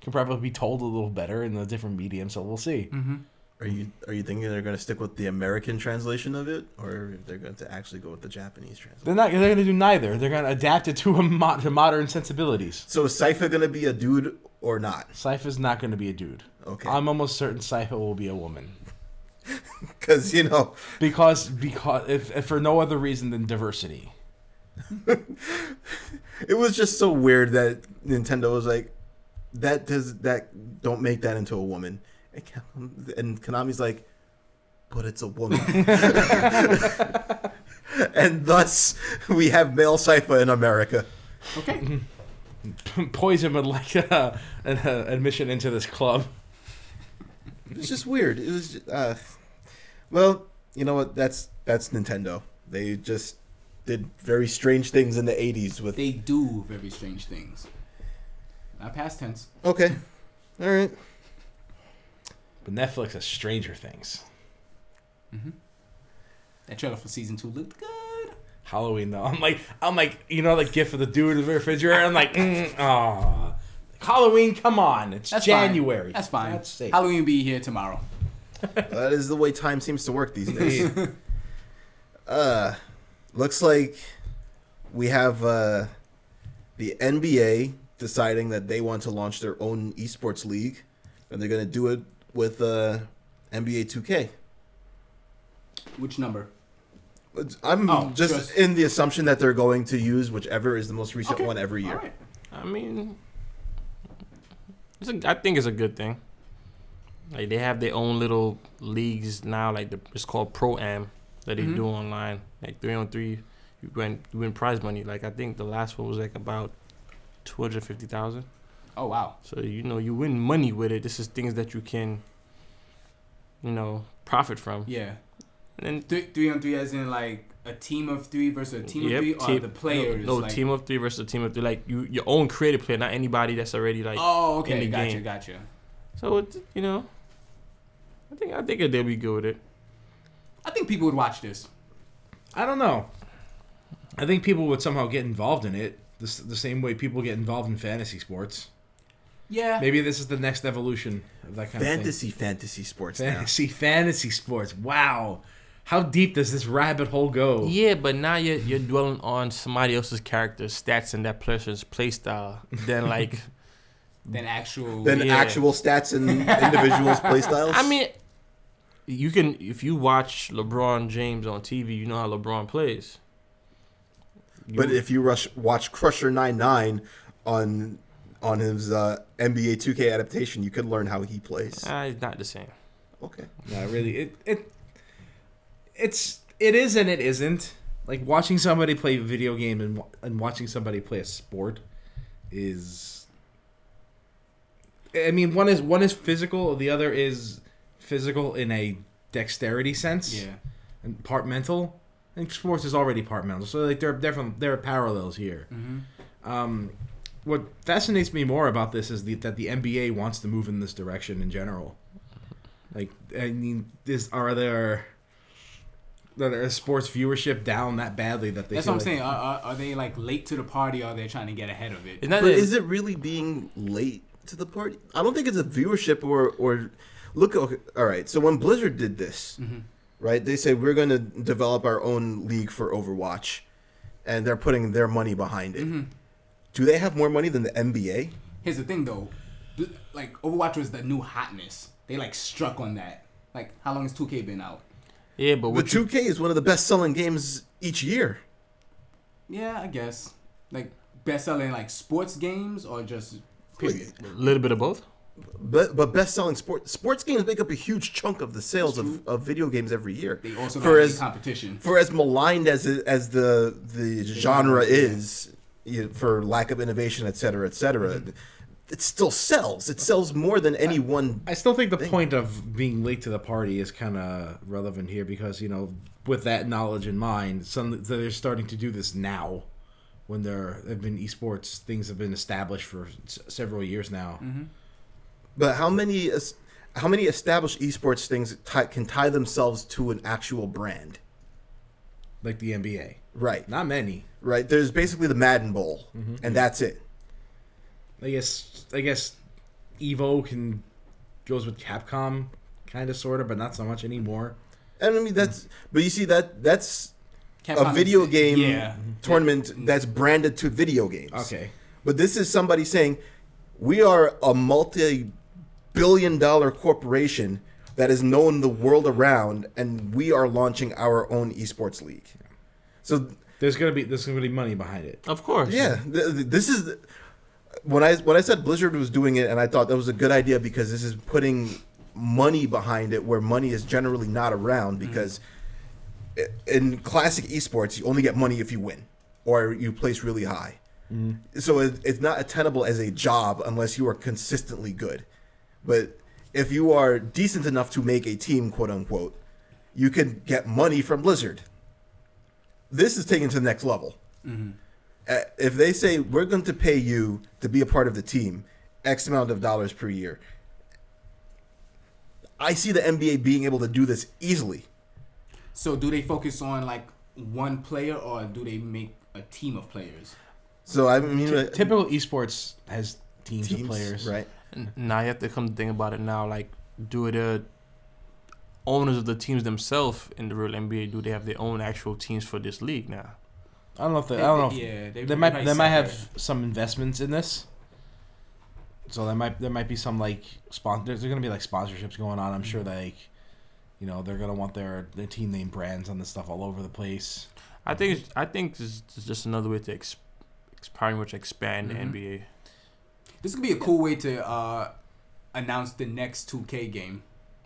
S2: can probably be told a little better in a different medium, so we'll see.
S4: Mm. Mm-hmm.
S1: Are you are you thinking they're going to stick with the American translation of it, or if they're going to actually go with the Japanese translation?
S2: They're not. They're going to do neither. They're going to adapt it to, a mo- to modern sensibilities.
S1: So is Sypha going to be a dude or not?
S2: Sypha's not going to be a dude.
S1: Okay.
S2: I'm almost certain Sypha will be a woman
S1: Because you know,
S2: because because if, if for no other reason than diversity.
S1: It was just so weird that Nintendo was like, that does that don't make that into a woman. And Kon- And Konami's like, but it's a woman. and thus we have male cipher in America.
S4: okay
S2: Poison would like uh, an uh, admission into this club.
S1: It was just weird. It was just, uh, well, you know what? That's that's Nintendo. They just did very strange things in the 80s with
S4: they do very strange things not past tense
S1: Okay. All right.
S2: But Netflix has Stranger Things.
S4: that trailer for season two looked good
S2: Halloween though, I'm like I'm like you know the gift of the dude in the refrigerator. I'm like, mm, aw. Halloween, come on, it's
S4: that's
S2: January.
S4: fine. that's fine
S2: God's sake.
S4: halloween will be here tomorrow
S1: That is the way time seems to work these days. uh, looks like we have uh, the NBA deciding that they want to launch their own esports league, and they're going to do it with uh, NBA 2K.
S4: which number
S1: It's- I'm
S4: Oh,
S1: just
S4: just-
S1: in the assumption that they're going to use whichever is the most recent
S4: Okay.
S1: one every year.
S4: all right
S3: I mean, it's a, I think it's a good thing. Like they have their own little leagues now. Like the, it's called Pro Am that they
S4: Mhm.
S3: do online. Like three on three, you win you win prize money. Like I think the last one was like about two hundred fifty thousand.
S4: oh wow
S3: So you know you win money with it. This is things that you can, you know, profit from.
S4: yeah
S3: And
S4: Three, three on three, as in like a team of three versus a team
S3: Yep,
S4: of three, or
S3: team-
S4: the players.
S3: No, no,
S4: like,
S3: team of three versus a team of three. Like you, your own creative player, not anybody that's already like.
S4: oh, okay,
S3: in the
S4: gotcha,
S3: game.
S4: gotcha.
S3: So it, you know, I think I think they'll be good with it.
S4: I think people would watch this.
S2: I don't know. I think people would somehow get involved in it the, s- the same way people get involved in fantasy sports.
S4: Yeah.
S2: Maybe this is the next evolution of that kind
S1: Fantasy, fantasy sports
S2: of thing.
S1: now.
S2: Fantasy, fantasy sports. Wow, how deep does this rabbit hole go?
S3: Yeah, but now you're you're dwelling on somebody else's character stats and that person's play style. Then like,
S4: Then actual.
S1: Then
S3: Yeah.
S1: actual stats and individuals' playstyles.
S3: I mean, you can if you watch LeBron James on TV, you know how LeBron plays. You-
S1: but if you rush watch Crusher Nine Nine on on his uh, NBA 2K adaptation, you could learn how he plays.
S3: Ah, it's not the same.
S1: Okay,
S2: No, really, it it it's it is and it isn't. Like watching somebody play a video game and wa- and watching somebody play a sport is. I mean, one is one is physical, the other is physical in a dexterity sense,
S4: Yeah.
S2: and part mental. And sports is already part mental, so like there are different there are parallels here.
S4: Mhm.
S2: Um, what fascinates me more about this is the, that the NBA wants to move in this direction in general. Like, I mean, is are there are there sports viewership down that badly that they?
S4: That's
S2: feel
S4: what I'm
S2: like-
S4: saying. Are, are, are they like late to the party? Or are they trying to get ahead of it?
S3: It's not
S1: but
S3: that-
S1: is it really being late to the party? I don't think it's a viewership or or look. Okay, all right, so when Blizzard did this, right, they said we're going to develop our own league for Overwatch, and they're putting their money behind it. Do they have more money than the NBA?
S4: Here's the thing though, Bl- like Overwatch was the new hotness. They like struck on that. Like how long has 2K been out?
S3: yeah, but
S1: The
S3: what you,
S1: 2K is one of the best selling games each year.
S4: Yeah, I guess. Like best selling like sports games or just period.
S3: a little bit of both.
S1: But but best selling sport sports games make up a huge chunk of the sales of, of video games every year.
S4: They also
S1: for
S4: got
S1: as
S4: as, competition.
S1: for as maligned as it- as the the genre is, you know, for lack of innovation, et cetera, et cetera,
S4: Mm-hmm.
S1: it still sells. It sells more than any one.
S2: I still think the point of being late to the party is kind of relevant here because you know, with that knowledge in mind, some they're starting to do this now. When there have been esports, things have been established for s- several years now.
S1: Mm-hmm. But how many es- how many established esports things ti can tie themselves to an actual brand?
S2: Like the NBA,
S1: Right,
S2: not many.
S1: right. There's basically the Madden Bowl,
S4: Mm-hmm.
S1: and that's it.
S2: I guess I guess Evo can goes with Capcom kind of sort of, but not so much anymore.
S1: And I mean that's.
S4: Mm-hmm.
S1: But you see that that's a
S4: Capcom
S1: video
S4: is-
S1: game
S4: Yeah.
S1: tournament that's branded to video games.
S2: Okay.
S1: But this is somebody saying, we are a multi billion dollar corporation that is known the world around, and we are launching our own esports league. So,
S2: There's gonna be there's gonna be money behind it.
S3: Of course.
S1: yeah, th- th- this is. When I, when I said Blizzard was doing it, and I thought that was a good idea because this is putting money behind it where money is generally not around. Because i in classic esports, you only get money if you win or you place really high. so it, it's not attainable as a job unless you are consistently good. But if you are decent enough to make a team, quote unquote, you can get money from Blizzard. This is taken to the next level. Uh, if they say we're going to pay you to be a part of the team, X amount of dollars per year, I see the NBA being able to do this easily.
S4: So do they focus on like one player or do they make a team of players?
S1: So I mean, uh,
S2: Typical esports has teams,
S1: teams,
S2: of players.
S1: right?
S3: N- Now you have to come to think about it. Now, like, do the owners of the teams themselves in the real NBA do they have their own actual teams for this league now?
S2: I don't know if they, I don't know. If,
S4: Yeah,
S2: they might they might have some investments in this. So there might there might be some like sponsors. There's gonna be like sponsorships going on. I'm sure like, you know, they're gonna want their their team name brands on this stuff all over the place.
S3: I think it's, I think this is just another way to ex- ex- pretty much expand
S4: Mhm.
S3: the NBA.
S4: This could be a cool way to uh, announce the next 2K game.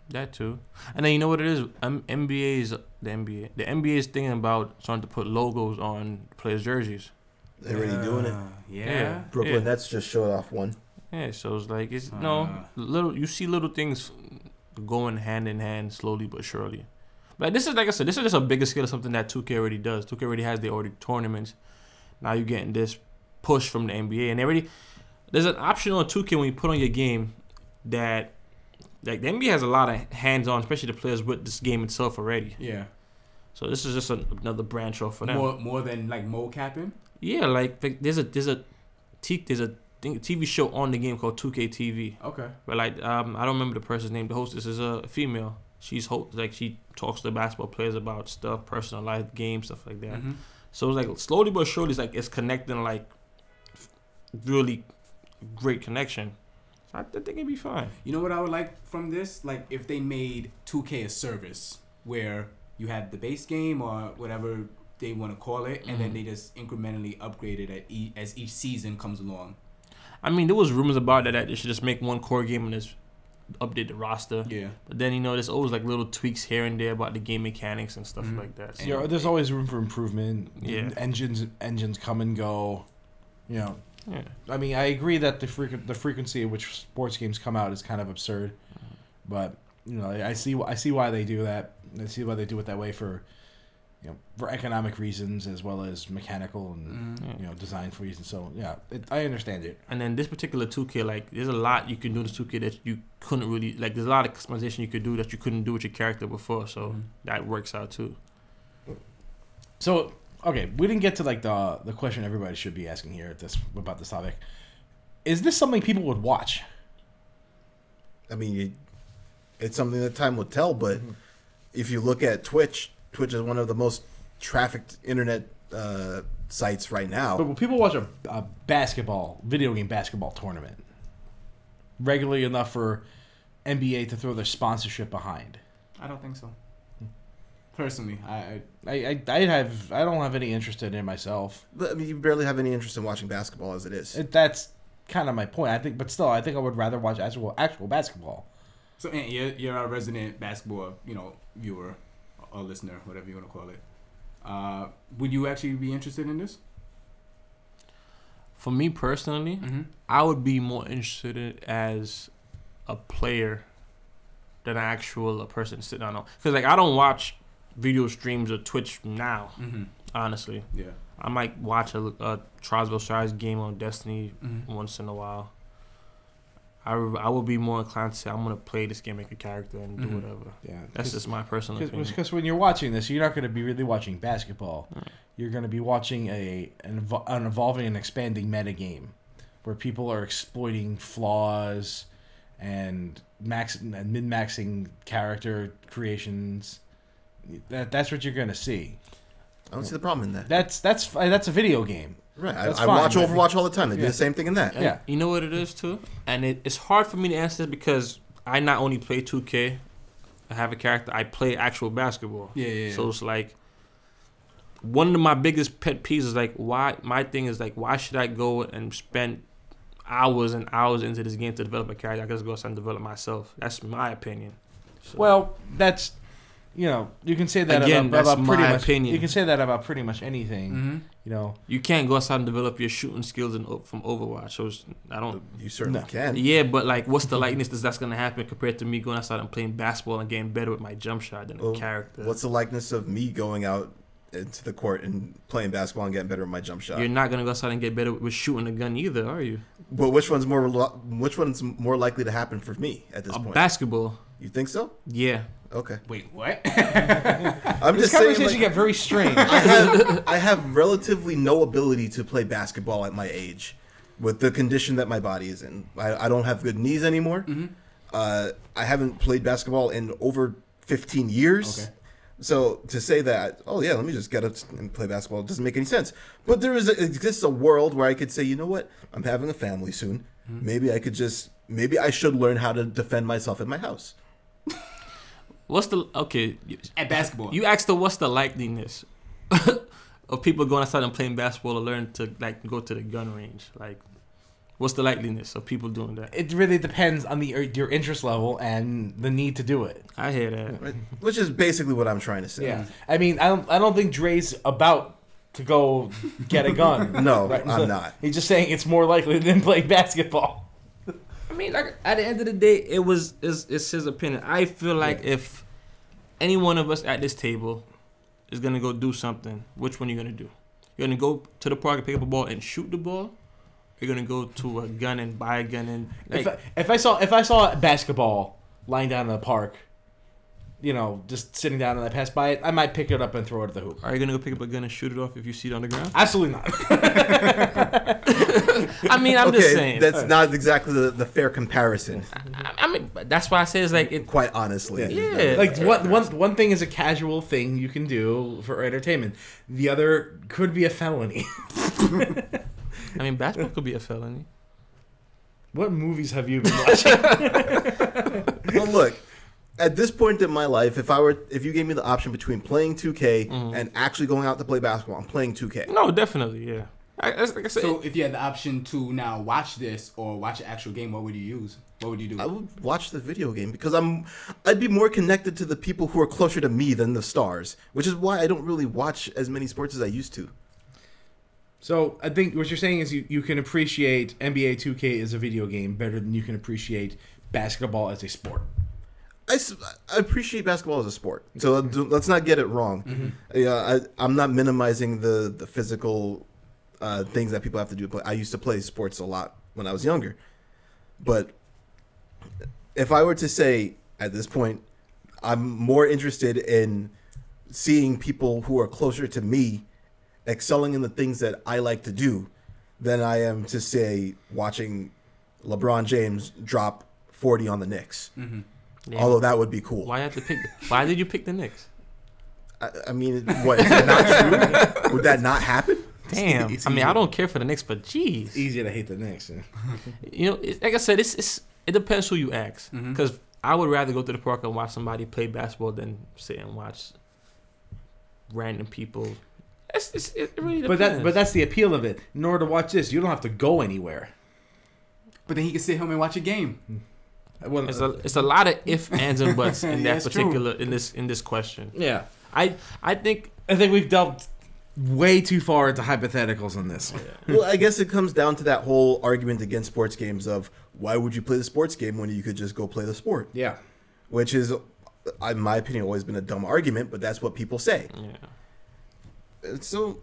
S3: That too, and then you know what it is. Um, NBA is the NBA. The NBA is thinking about starting to put logos on players' jerseys.
S1: They're already doing it.
S4: Uh, Yeah.
S3: Yeah.
S1: Brooklyn Nets just showed off one.
S3: Yeah, so it's like it's no
S4: Ah.
S3: little. You see little things going hand in hand, slowly but surely. But this is like I said, this is just a bigger scale of something that 2K already does. 2K already has their already tournaments. Now you're getting this push from the NBA, and they already there's an option on 2K when you put on your game that like the NBA has a lot of hands on, especially the players with this game itself already.
S4: Yeah.
S3: So this is just an, another branch off for them.
S4: More more than like mocapping.
S3: Yeah, like th- there's a there's a t- there's a thing, TV show on the game called 2K TV.
S4: Okay.
S3: But like um, I don't remember the person's name. The hostess is a female. She's ho- like she talks to basketball players about stuff, personal life, games, stuff like that.
S4: Mhm.
S3: So it's like slowly but surely, it's like it's connecting like f- really great connection. So I th- think it'd be fine.
S4: You know what I would like from this? Like if they made 2K a service where you have the base game or whatever they want to call it, and then
S3: Mhm.
S4: they just incrementally upgrade it at e- as each season comes along.
S3: I mean, there was rumors about that that they should just make one core game and just update the roster.
S4: Yeah.
S3: But then you know, there's always like little tweaks here and there about the game mechanics and stuff
S4: Mhm.
S3: like that. So,
S2: You know, there's always room for improvement.
S3: Yeah.
S2: Engines engines come and go. You know,
S3: yeah.
S2: I mean, I agree that the frequ- the frequency at which sports games come out is kind of absurd, but you know, I I see I see why they do that. I see why they do it that way for, you know, for economic reasons as well as mechanical and
S4: Mhm.
S3: Yeah.
S2: you know design for reasons. So yeah, it, I understand it.
S3: And then this particular 2K, like, there's a lot you can do in this 2K that you couldn't really like. There's a lot of customization you could do that you couldn't do with your character before. So
S4: Mhm.
S3: that works out too.
S2: So okay, we didn't get to like the the question everybody should be asking here at this about this topic. Is this something people would watch?
S1: I mean, you, it's something that time will tell. But
S2: Mm-hmm.
S1: if you look at Twitch, Twitch is one of the most trafficked internet uh, sites right now.
S2: But will people watch a, a basketball video game basketball tournament regularly enough for NBA to throw their sponsorship behind?
S4: I don't think so. Personally, I, I
S2: I, I, I have I don't have any interest in it myself.
S1: But, I mean, you barely have any interest in watching basketball as it is.
S2: It, that's kind of my point. I think, but still, I think I would rather watch actual actual basketball.
S4: so Ant, you're you're our resident basketball, you know, viewer or listener, whatever you want to call it. Uh, would you actually be interested in this?
S3: For me personally,
S4: Mm-hmm.
S3: I would be more interested in as a player than an actual a person sitting on. Because like I don't watch video streams or Twitch now.
S4: Mm-hmm.
S3: Honestly,
S4: Yeah.
S3: I might watch a, a Trosville Shires game on Destiny
S4: Mm-hmm.
S3: once in a while. I, I would be more inclined to say I'm gonna play this game, make a character, and do
S4: Mhm.
S3: whatever.
S2: Yeah,
S3: That's just my personal opinion.
S2: because when you're watching this, you're not going to be really watching basketball.
S3: Right.
S2: You're going to be watching a an, evol- an evolving and expanding metagame where people are exploiting flaws and max and min maxing character creations. That that's what you're going to see.
S1: I don't see the problem in that.
S2: That's that's uh, that's a video game.
S1: Right. I,
S2: That's
S1: I
S2: fine,
S1: watch
S2: but-
S1: Overwatch all the time. They do
S2: Yeah.
S1: the same thing in that.
S3: And
S2: Yeah.
S3: You know what it is too, and it, it's hard for me to answer this because I not only play 2K, I have a character. I play actual basketball.
S4: Yeah, yeah, yeah.
S3: So it's like one of my biggest pet peeves is like why my thing is like why should I go and spend hours and hours into this game to develop a character? I can just go outside and develop myself. That's my opinion. So,
S2: Well, that's you know you can say that
S3: Again,
S2: about,
S3: that's
S2: about pretty
S3: my
S2: much,
S3: opinion.
S2: You can say that about pretty much anything.
S4: Mm-hmm.
S2: You know,
S3: you can't go outside and develop your shooting skills in, O- from Overwatch. So it's, I don't.
S1: You certainly
S2: No.
S1: can.
S3: Yeah, but like, what's the likeness that's- that's gonna happen compared to me going outside and playing basketball and getting better with my jump shot than
S1: Well,
S3: a character?
S1: Oh, What's the likeness of me going out into the court and playing basketball and getting better at my jump shot?
S3: You're not gonna go outside and get better with shooting a gun either, are you?
S1: But which one's more relo- which one's more likely to happen for me at this
S3: Uh,
S1: point?
S3: basketball,
S1: you think so?
S3: yeah.
S1: Okay.
S4: Wait, what?
S1: I'm
S2: this
S1: just saying.
S2: conversation
S1: like,
S2: get very strange.
S1: I have I have relatively no ability to play basketball at my age, with the condition that my body is in. I, I don't have good knees anymore. Uh, I haven't played basketball in over 15 years.
S4: Okay.
S1: So to say that, oh yeah, let me just get up and play basketball doesn't make any sense. But there is exists a world where I could say, you know what, I'm having a family soon. Maybe I could just maybe I should learn how to defend myself in my house.
S3: What's the okay? You,
S4: At basketball.
S3: you asked the what's the likeliness of people going outside and playing basketball or learn to like go to the gun range? Like, what's the likeliness of people doing that?
S2: it really depends on the uh, your interest level and the need to do it.
S3: I hear that.
S1: Right? Which is basically what I'm trying to say.
S2: I mean, I don't I don't think Dre's about to go get a gun.
S1: No,
S2: Right?
S1: I'm not.
S2: He's just saying it's more likely than playing basketball.
S3: I mean, like at the end of the day, it was it's, it's his opinion. I feel like if any one of us at this table is gonna go do something, which one are you gonna do? You're gonna go to the park and pick up a ball and shoot the ball. You're gonna go to a gun and buy a gun and like,
S2: if, I, if I saw if I saw basketball lying down in the park, you know, just sitting down and I pass by it, I might pick it up and throw it at the hoop.
S3: Are you gonna go pick up a gun and shoot it off if you see it on the ground?
S2: Absolutely not.
S3: I mean, I'm
S1: okay,
S3: just saying.
S1: that's not exactly the, the fair comparison.
S3: I, I mean, but that's why I say it's like it.
S1: Quite honestly,
S3: Yeah.
S2: like one, one, one thing is a casual thing you can do for entertainment. The other could be a felony.
S3: I mean, basketball could be a felony.
S2: what movies have you been watching?
S1: Well, look, at this point in my life, if I were, if you gave me the option between playing 2K
S3: Mm-hmm.
S1: and actually going out to play basketball, I'm playing 2K.
S3: No, definitely, yeah. I, that's, like I said,
S4: So if you had the option to now watch this or watch an actual game, what would you use? What would you do?
S1: I would watch the video game because I'm, I'd be more connected to the people who are closer to me than the stars, which is why I don't really watch as many sports as I used to.
S2: so I think what you're saying is you, you can appreciate NBA 2K as a video game better than you can appreciate basketball as a sport.
S1: I, s- I appreciate basketball as a sport, so d- let's not get it wrong. Yeah, I, I'm not minimizing the the physical uh, things that people have to do. to play. I used to play sports a lot when I was younger, but if I were to say at this point, I'm more interested in seeing people who are closer to me excelling in the things that I like to do than I am to say watching LeBron James drop 40 on the Knicks.
S3: yeah.
S1: Although that would be cool.
S3: why you have to pick? Why did you pick the Knicks?
S1: I, I mean, what is that not true? Would that not happen?
S3: Damn.
S4: it's
S3: I mean,
S4: easy.
S3: I don't care for the Knicks, but jeez.
S2: Easier to hate the Knicks. yeah.
S3: You know, it's, like I said, it's, it's it depends who you ask. Because I would rather go to the park and watch somebody play basketball than sit and watch random people. It's, it's, it really
S2: But
S3: depends.
S2: that but that's the appeal of it. In order to watch this, you don't have to go anywhere.
S4: But then he could sit home and watch a game.
S2: Well,
S3: it's a it's a lot of if ands and buts in
S4: Yeah,
S3: that
S4: it's true.
S3: particular in this in this question.
S2: yeah.
S3: I I think
S2: I think we've delved way too far into hypotheticals on this.
S1: Well, I guess it comes down to that whole argument against sports games of why would you play the sports game when you could just go play the sport?
S2: Yeah.
S1: Which is, uh, in my opinion, always been a dumb argument, but that's what people say.
S3: yeah.
S1: And So,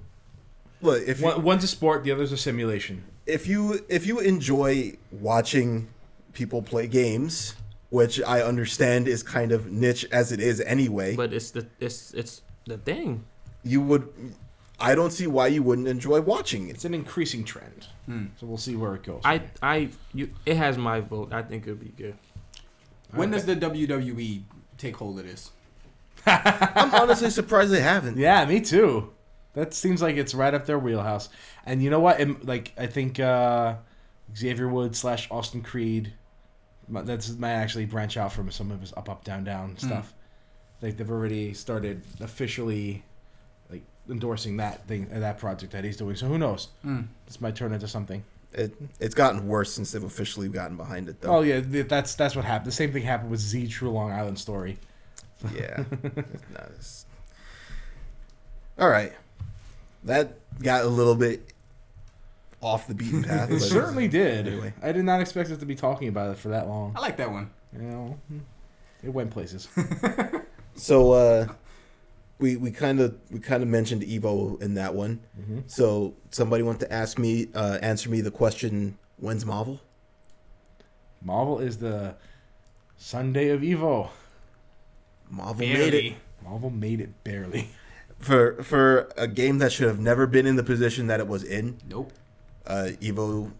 S1: look, if you,
S2: One, one's a sport, the other's a simulation.
S1: if you if you enjoy watching people play games, which I understand is kind of niche as it is anyway,
S3: But it's the it's it's the thing.
S1: you would. I don't see why you wouldn't enjoy watching it.
S2: It's an increasing trend. So we'll see where it goes.
S3: I I you it has my vote. I think it'll be good.
S4: When does the WWE take hold of this?
S1: I'm honestly surprised they haven't.
S2: yeah, me too. That seems like it's right up their wheelhouse. And you know what? Im- like I think uh, Xavier Woods slash Austin Creed. mi- That's might actually branch out from some of his up up down down stuff. Like they've already started officially, like endorsing that thing uh, that project that he's doing. So who knows?
S4: Mm.
S2: This might turn into something.
S1: It, it's gotten worse since they've officially gotten behind it,
S2: Oh
S1: though.
S2: yeah, th- that's that's what happened. The same thing happened with Z True Long Island Story.
S1: Yeah. It's not as- All right. That got a little bit off the beaten path.
S2: It
S1: but-
S2: certainly did.
S1: anyway.
S2: I did not expect us to be talking about it for that long.
S4: I like that one.
S2: You know, it went places.
S1: So uh, we we kind of we kind of mentioned Evo in that one.
S2: Mm-hmm.
S1: So somebody wanted to ask me, uh, answer me the question: When's Marvel?
S2: Marvel is the Sunday of Evo.
S1: Marvel made it
S2: Marvel made it barely.
S1: for for a game that should have never been in the position that it was in.
S4: Nope.
S1: uh, Evo,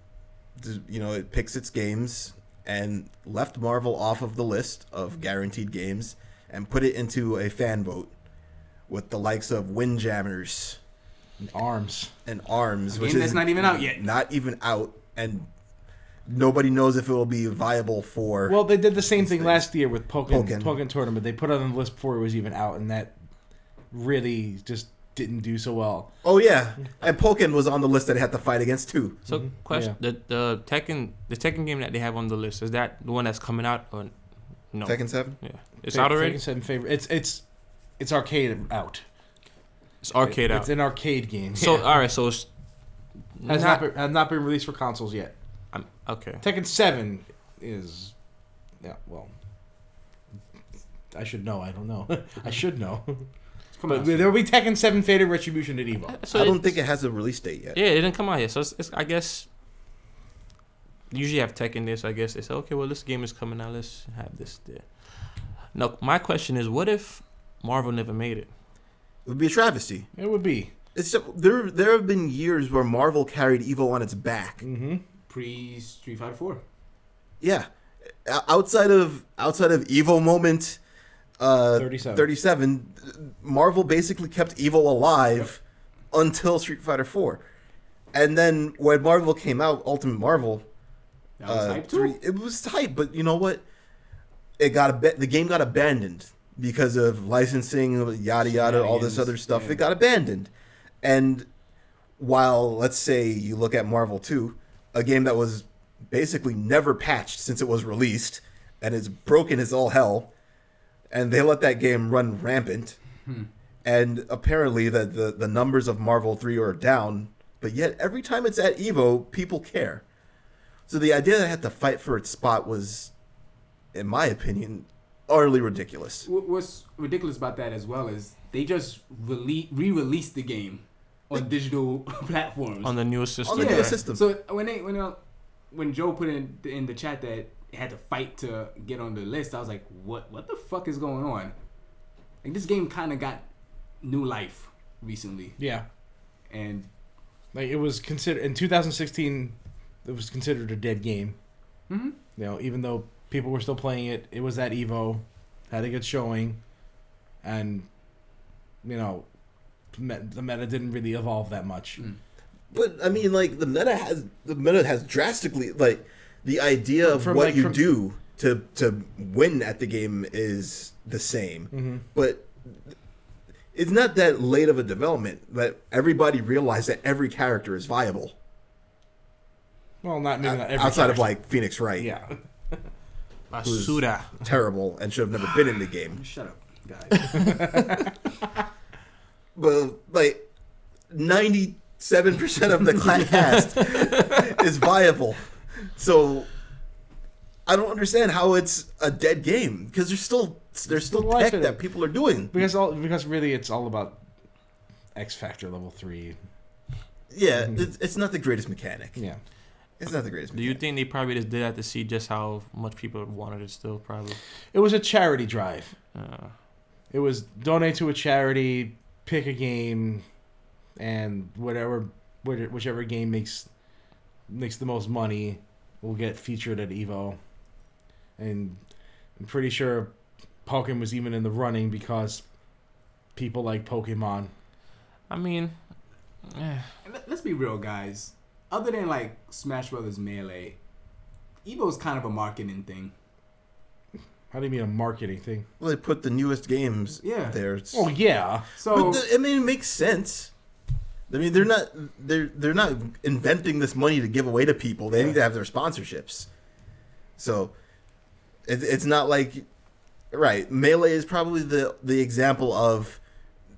S1: d- you know, it picks its games and left Marvel off of the list of
S4: Mm-hmm.
S1: guaranteed games and put it into a fan vote with the likes of Windjammers
S2: In arms.
S1: and Arms, which
S4: game
S1: is
S4: that's not even out yet.
S1: not even out, and nobody knows if it will be viable for.
S2: Well, they did the same thing
S1: things.
S2: last year with Pokken
S1: Pokken.
S2: Pokken tournament. They put it on the list before it was even out, and that really just didn't do so well.
S1: oh yeah, and Pokken was on the list that it had to fight against too.
S3: So question the the Tekken the Tekken game that they have on the list is that the one that's coming out or no?
S1: Tekken Seven.
S3: Yeah, it's out already.
S2: Favorite- favorite- It's it's it's arcade out.
S3: It's arcade
S2: it's
S3: out.
S2: an arcade game.
S3: So uh,
S2: Yeah.
S3: all right, so it's
S2: has not, been, has not been released for consoles yet.
S3: I'm, okay.
S2: Tekken Seven is, yeah, well, I should know. I don't know. I should know.
S4: Come
S2: But
S4: on.
S2: there will be Tekken Seven Fated Retribution at E Evo.
S3: So
S1: I
S3: it-
S1: don't think it has a release date yet.
S3: Yeah, it didn't come out yet. So it's, it's I guess usually have tech in this. I guess it's okay. Well, this game is coming out. Let's have this there. Now, my question is, what if Marvel never made it?
S1: would be a travesty.
S2: It would be.
S1: It's there. There have been years where Marvel carried evil on its back.
S2: Mm-hmm.
S4: Pre Street Fighter Four.
S1: Yeah, O- outside of outside of evil moment, uh,
S2: 37.
S1: 37, Marvel basically kept evil alive until Street Fighter Four, and then when Marvel came out, Ultimate Marvel,
S4: That was
S1: uh,
S4: hype too.
S1: three- it was tight, but you know what? It got ab- the game got abandoned because of licensing, yada yada, all this
S4: Shenanigans,
S1: other stuff.
S4: yeah.
S1: It got abandoned, and while let's say you look at Marvel Two, a game that was basically never patched since it was released, and it's broken as all hell, and they let that game run rampant, and apparently that the the numbers of Marvel Three are down, but yet every time it's at Evo, people care. So the idea that I had to fight for its spot was, in my opinion, utterly ridiculous.
S4: Wh- What's ridiculous about that as well is they just rele- re-released the game on digital platforms.
S3: On the newest system.
S1: On the
S4: Oh, yeah.
S1: newest system.
S4: So when they when uh, when Joe put in in the chat that it had to fight to get on the list, I was like, what what the fuck is going on? Like this game kind of got new life recently,
S2: Yeah.
S4: and
S2: Like it was considered in 2016, it was considered a dead game.
S4: Mhm.
S2: You know, even though people were still playing it, it was at Evo, had a good showing, and you know, met, the meta didn't really evolve that much.
S1: But I mean, like the meta has the meta has drastically like the idea of
S2: From,
S1: what
S2: like,
S1: you
S2: from-
S1: do to to win at the game is the same,
S2: Mm-hmm.
S1: but it's not that late of a development that everybody realized that every character is viable
S2: Well, not maybe not every
S1: Uh, outside of
S2: character.
S1: like Phoenix Wright,
S2: yeah.
S3: Basura.
S1: terrible and should have never been in the game.
S4: shut up, guys.
S1: but like ninety seven percent of the cla- cast is viable. So I don't understand how it's a dead game because there's still there's still
S2: Life
S1: tech
S2: in
S1: that
S2: it.
S1: people are doing.
S2: because all because really it's all about X Factor level three.
S1: Yeah, it's, it's not the greatest mechanic.
S2: Mm-hmm. Yeah.
S1: It's not the greatest.
S3: Do you think they probably just did that to see just how much people wanted it still, probably?
S2: It was a charity drive.
S3: Uh,
S2: It was donate to a charity, pick a game, and whatever which- whichever game makes makes the most money will get featured at Evo. And I'm pretty sure Pokemon was even in the running because people like Pokemon.
S3: I mean, eh,
S4: And let- Let's be real, guys. Other than like Smash Brothers Melee, Evo's kind of a marketing thing.
S2: How do you mean a marketing thing?
S1: Well, they put the newest games
S4: Yeah.
S1: there.
S2: Oh yeah.
S4: So
S1: But the, I mean, it makes sense. I mean, they're not they're they're not inventing this money to give away to people. They need to have their sponsorships. So, it, it's not like, right? Melee is probably the the example of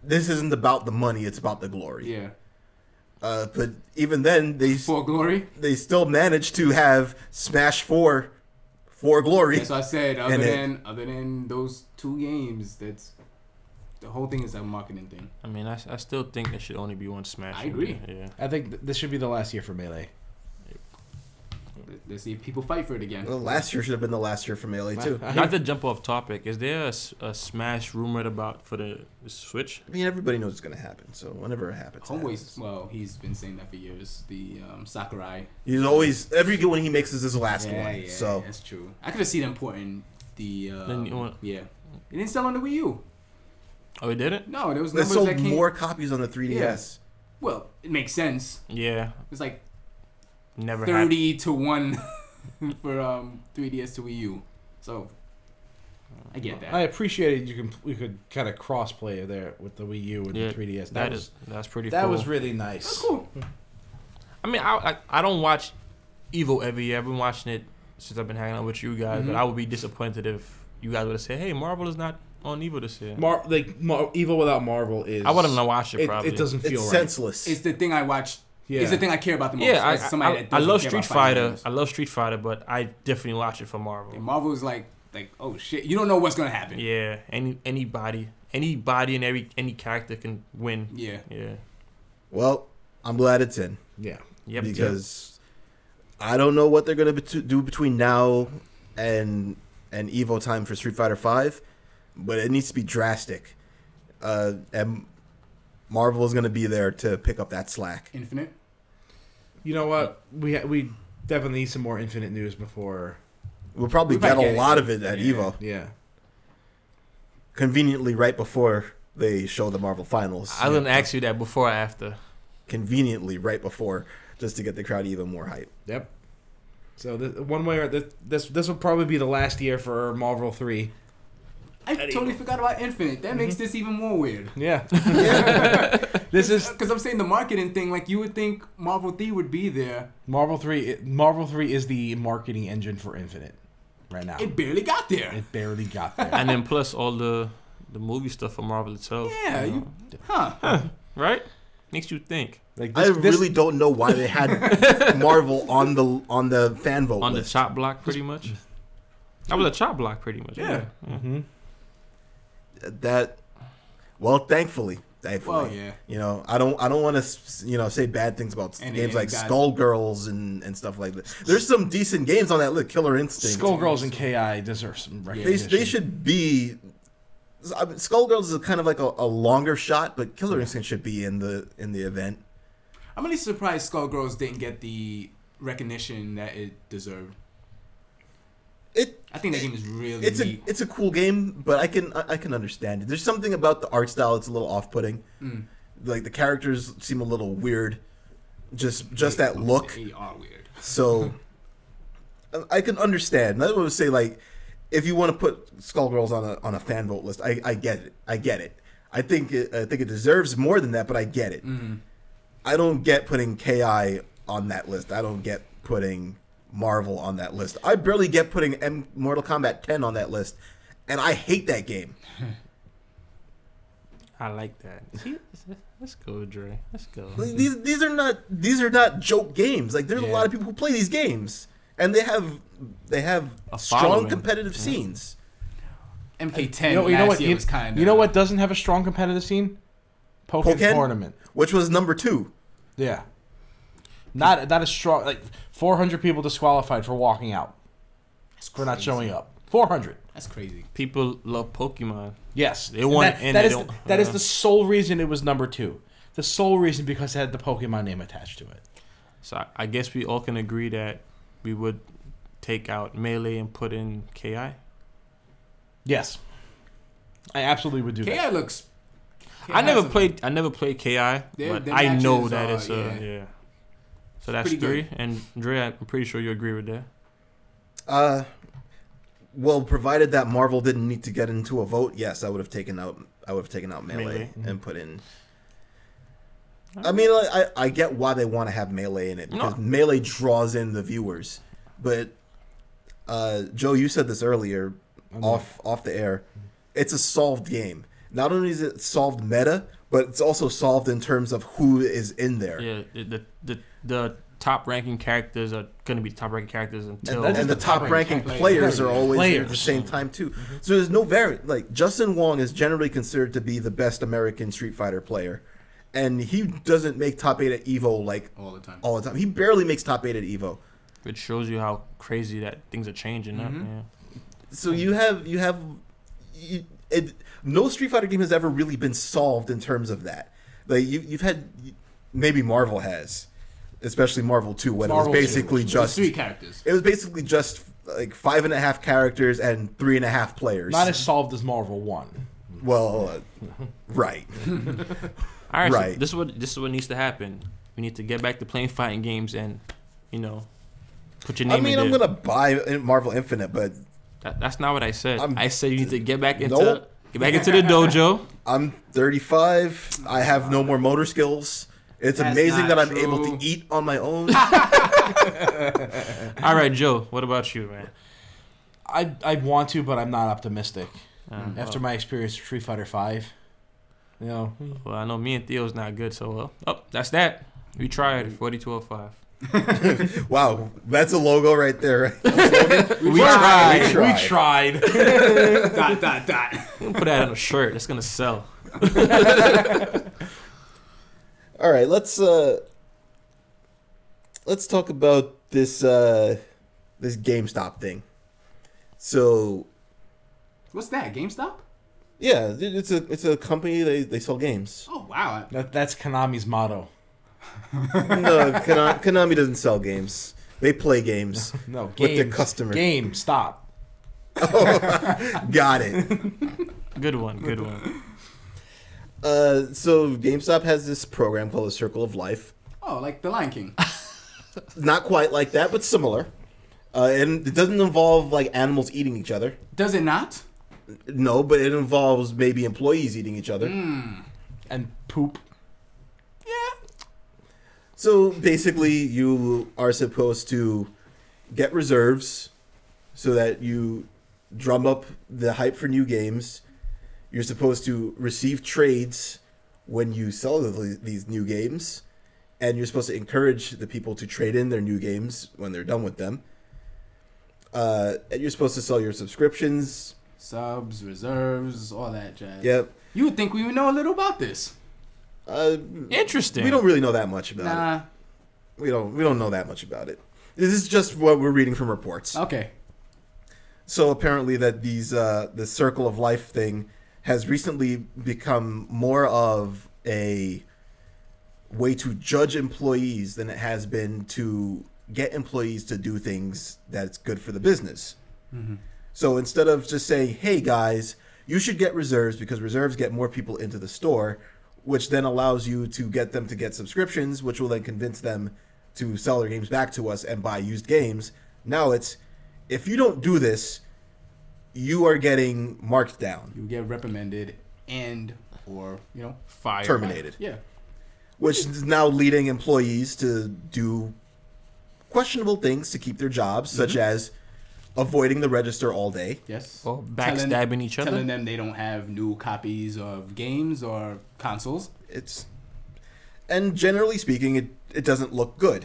S1: this isn't about the money; it's about the glory.
S4: yeah,
S1: Uh, but even then, they s-
S4: for glory.
S1: they still managed to have Smash Four for glory.
S4: That's what I said. Other
S1: And it-
S4: than other than those two games, that's the whole thing is a marketing thing.
S3: I mean, I, I still think there should only be one Smash.
S4: I agree.
S3: Yeah.
S2: I think th- this should be the last year for Melee.
S4: Let's see if people fight for it again.
S1: Well, last year should have been the last year for Melee too.
S2: I- I
S3: Not to jump off topic, is there a, s- a Smash rumored about for the Switch?
S1: I mean, everybody knows it's going to happen. So whenever it happens, it happens.
S4: Homeboy's well, he's been saying that for years. The um, Sakurai.
S1: He's always every good one he makes is his last
S4: Yeah,
S1: one.
S4: yeah,
S1: so
S4: that's true. I could have seen them porting the. Um,
S3: Then you want-
S4: yeah, it didn't sell on the Wii U.
S3: Oh, it didn't?
S4: No, there was
S1: they
S4: numbers
S1: sold
S4: that came.
S1: more copies on the 3DS.
S4: Well, it makes sense.
S3: Yeah.
S4: It's like
S3: Never happened.
S4: thirty to one for um 3DS to Wii U. So I get that.
S2: I appreciated you can you could kind of cross play there with the Wii U and
S3: Yeah,
S2: the 3DS. That,
S3: That
S2: was
S3: is that's pretty
S2: that
S3: cool.
S2: was really
S4: that's
S2: nice.
S4: cool.
S3: I mean, I, I I don't watch Evo every year. I've been watching it since I've been hanging out with you guys, but I would be disappointed if you guys would have said, "Hey, Marvel is not on Evo this year."
S2: Mar- like Mar- Evil without Marvel is
S3: I wouldn't have watched it,
S2: It,
S3: probably.
S2: it doesn't
S1: It's
S2: feel right.
S1: senseless.
S4: It's the thing I watch.
S2: Yeah.
S4: It's the thing I care about the most.
S3: Yeah, I,
S4: as
S3: I,
S4: somebody
S3: I,
S4: that
S3: I
S4: doesn't
S3: love
S4: care
S3: Street
S4: about fighting
S3: Fighter.
S4: games.
S3: I love Street Fighter, but I definitely watch it for Marvel.
S4: And Marvel is like, like, oh shit, you don't know what's gonna happen.
S3: Yeah, any anybody, anybody, and every any character can win.
S4: Yeah.
S3: Yeah.
S1: well, I'm glad it's in
S2: yeah.
S3: Yep.
S1: because I don't know what they're going to do between now and and Evo time for Street Fighter 5, but it needs to be drastic. Uh, and Marvel is going to be there to pick up that slack.
S4: Infinite.
S2: You know what? We ha- we definitely need some more Infinite news before.
S1: We'll probably
S4: We might
S1: get a
S4: get it.
S1: lot of it at
S4: Yeah.
S1: Evo,
S2: Yeah.
S1: conveniently right before they show the Marvel Finals.
S3: I was gonna ask you that before or after.
S1: conveniently right before, just to get the crowd even more hype.
S2: Yep. So th- one way or th- this this will probably be the last year for Marvel three.
S4: I totally forgot about Infinite. That makes this even more weird.
S2: Yeah. Mm-hmm. this is
S4: Because I'm saying the marketing thing, like you would think Marvel 3 would be there.
S2: Marvel three. it- Marvel three is the marketing engine for Infinite right now.
S4: It
S2: It,
S4: barely got there.
S2: barely got there.
S3: And then plus all the the movie stuff for Marvel itself.
S4: Yeah,
S3: you know,
S4: you, huh?
S3: right? Makes you think
S2: Like
S1: I
S2: this, this-
S1: really don't know why they had Marvel on the on the fan
S4: Oh,
S1: vote
S3: on the
S1: list.
S3: chop block pretty much. I was a chop block pretty much.
S4: Yeah.
S3: Yeah. yeah.
S2: Mhm.
S1: that well thankfully thankfully
S4: Well, yeah.
S1: you know i don't i don't want to you know say bad things about
S4: Any-
S1: games
S4: any
S1: like
S4: bad-
S1: skullgirls and and stuff like that there's some decent games on that list killer instinct
S2: Skullgirls and Ki deserve some
S1: they,
S2: recognition.
S1: they should be I mean, skullgirls is kind of like a, a longer shot but killer instinct should be in the in the event
S4: I'm really surprised Skullgirls didn't get the recognition that it deserved.
S1: it
S4: I think that game is really
S1: it's a
S4: neat.
S1: it's a cool game, but I can I I can understand it. There's something about the art style that's a little off putting. Like the characters seem a little weird, just just that look.
S4: They are weird.
S1: So I- I can understand. I would say like if you want to put Skullgirls on a on a fan vote list, I, I get it. I get it. I think it, I think it deserves more than that, but I get it.
S3: Mm-hmm.
S1: I don't get putting Ki on that list. I don't get putting Marvel on that list. I barely get putting M- Mortal Kombat 10 on that list, and I hate that game.
S3: I like that. See, Let's go, Dre. Let's go.
S1: Like, these these are not these are not joke games. Like there's a
S4: Yeah.
S1: lot of people who play these games, and they have they have
S3: A
S1: strong
S3: following.
S1: competitive scenes.
S4: MK10
S2: You know, you
S4: last
S2: know what?
S4: year
S2: You,
S4: was kind of.
S2: you know what doesn't have a strong competitive scene? Pokemon
S1: Pokken?
S2: tournament.
S1: which was number two.
S2: Yeah. Not not a strong like 400 people disqualified for walking out for not showing up. 400.
S4: That's crazy.
S3: People love Pokemon.
S2: Yes,
S3: They won
S2: That,
S3: and
S2: that
S3: they
S2: is
S3: don't-
S2: the, that is
S3: uh.
S2: the sole reason it was number two. The sole reason because it had the Pokemon name attached to it.
S3: So I, I guess we all can agree that we would take out melee and put in Ki. I
S2: Yes, I absolutely would do that.
S4: KI looks. KI
S3: never
S4: has a-
S3: played. I never played Ki, but
S4: their
S3: I know
S4: matches
S3: that
S4: are-
S3: it's a
S4: yeah.
S3: yeah. So that's
S4: Pretty
S3: three,
S4: good.
S3: and Dre, I'm pretty sure you agree with that.
S1: Uh, well, provided that Marvel didn't need to get into a vote, yes, I would have taken out. I would have taken out melee,
S3: Melee. Mm-hmm.
S1: and put in. I mean, I I I get why they want to have melee in it
S3: No.
S1: because melee draws in the viewers, but uh, Joe, you said this earlier off off the air. It's a solved game. Not only is it solved meta, but it's also solved in terms of who is in there.
S3: Yeah, the the the, the top ranking characters are gonna be top ranking characters until
S2: that
S1: and
S2: is
S1: the, top, ranking
S4: player.
S1: players Mm-hmm. are always there at the
S2: Players.
S1: same time too. So there's no vari Like Justin Wong is generally considered to be the best American Street Fighter player, and he doesn't make top eight at Evo like
S4: all the time.
S1: all the time. He barely makes top eight at Evo.
S3: which shows you how crazy that things are changing. up,
S1: Mm-hmm.
S3: Yeah.
S1: So you have you have you, it, no Street Fighter game has ever really been solved in terms of that. Like you you've had maybe Marvel has, especially Marvel Two when
S2: Marvel
S1: it
S2: 2.
S1: was basically just
S4: three characters.
S1: It was basically just like five and a half characters and three and a half players.
S2: Not as solved as Marvel One.
S1: well, uh, right.
S3: All right, so
S1: Right.
S3: this is what this is what needs to happen. We need to get back to playing fighting games and, you know, put your name
S1: I mean,
S3: in
S1: I'm
S3: there.
S1: gonna buy Marvel Infinite, but
S3: That, that's not what I said.
S1: I'm-
S3: I said you need to get back into
S1: Nope.
S3: get back into the dojo.
S1: I'm 35. I have no more motor skills. It's
S4: That's
S1: amazing
S4: not
S1: that I'm able
S4: true.
S1: to eat on my own.
S3: All right, Joe. What about you, man?
S2: I I want to, but I'm not optimistic
S3: Uh,
S2: Mm, after my experience with Street Fighter Five. You know,
S3: Well, I know me and Theo's not good, so well. Oh, that's that. We tried forty two oh five.
S1: wow, that's a logo right there.
S2: we
S1: tried.
S2: We tried.
S4: dot dot dot.
S3: Put that on a shirt. That's gonna sell.
S1: All right, let's uh, let's talk about this uh, this GameStop thing. So
S4: What's that? GameStop?
S1: Yeah, it- it's a it's a company. They they sell games.
S4: Oh wow!
S2: That, that's Konami's motto.
S1: No, Konami, Konami doesn't sell games. They play games.
S2: No, games.
S1: their customer.
S2: Game, stop.
S1: Got it.
S3: Good one, good one.
S1: Uh, so GameStop has this program called the Circle of Life.
S4: Oh, like the Lion King.
S1: Not quite like that, but similar. Uh, and it doesn't involve like animals eating each other.
S4: Does it not?
S1: No, but it involves maybe employees eating each other.
S2: And poop.
S1: So basically, you are supposed to get reserves so that you drum up the hype for new games. You're supposed to receive trades when you sell the, these new games, and you're supposed to encourage the people to trade in their new games when they're done with them. Uh, and you're supposed to sell your subscriptions.
S4: Subs, reserves, all that jazz.
S1: Yep.
S4: You would think we would know a little about this.
S1: Uh,
S3: Interesting.
S1: we don't really know that much about it.
S4: Nah.
S1: We don't. We don't know that much about it. This is just what we're reading from reports.
S4: Okay.
S1: So apparently, that these uh, the circle of life thing has recently become more of a way to judge employees than it has been to get employees to do things that's good for the business. So instead of just saying, "Hey guys, you should get reserves because reserves get more people into the store," which then allows you to get them to get subscriptions, which will then convince them to sell their games back to us and buy used games. Now it's if you don't do this, you are getting marked down,
S4: You get reprimanded and or you know
S3: Fire.
S1: terminated,
S4: yeah.
S1: which is now leading employees to do questionable things to keep their jobs, such as avoiding the register all day.
S4: Yes.
S3: Or backstabbing each other?
S4: Telling them they don't have new copies of games or consoles.
S1: it's and generally speaking it it doesn't look good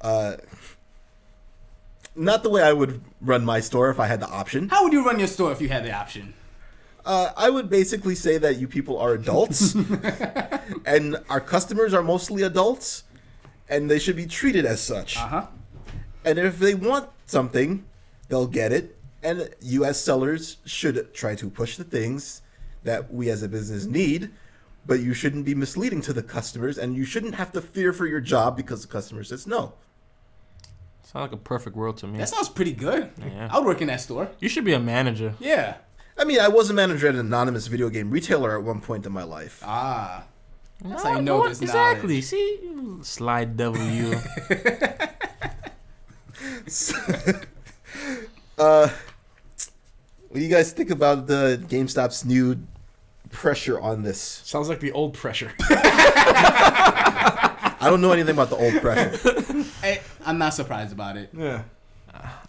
S1: uh not the way i would run my store if i had the option
S4: How would you run your store if you had the option?
S1: uh, i would basically say that you people are adults and our customers are mostly adults and they should be treated as such
S4: Uh huh.
S1: and if they want something they'll get it and us sellers should try to push the things that we as a business need but you shouldn't be misleading to the customers and you shouldn't have to fear for your job because the customer says no
S3: Sound like a perfect world to me.
S4: That sounds pretty good.
S3: Yeah.
S4: I would work in that store.
S3: you should be a manager.
S4: Yeah.
S1: i mean i was a manager at an anonymous video game retailer at one point in my life
S4: Ah. That's how
S3: I
S4: you know
S3: know
S4: this
S3: exactly.
S4: knowledge.
S3: See, you sly devil, you.
S1: uh, what do you guys think about the gamestop's new pressure on this
S2: Sounds like the old pressure.
S1: i don't know anything about the old pressure
S4: I, Eh, I'm not surprised about it.
S2: yeah.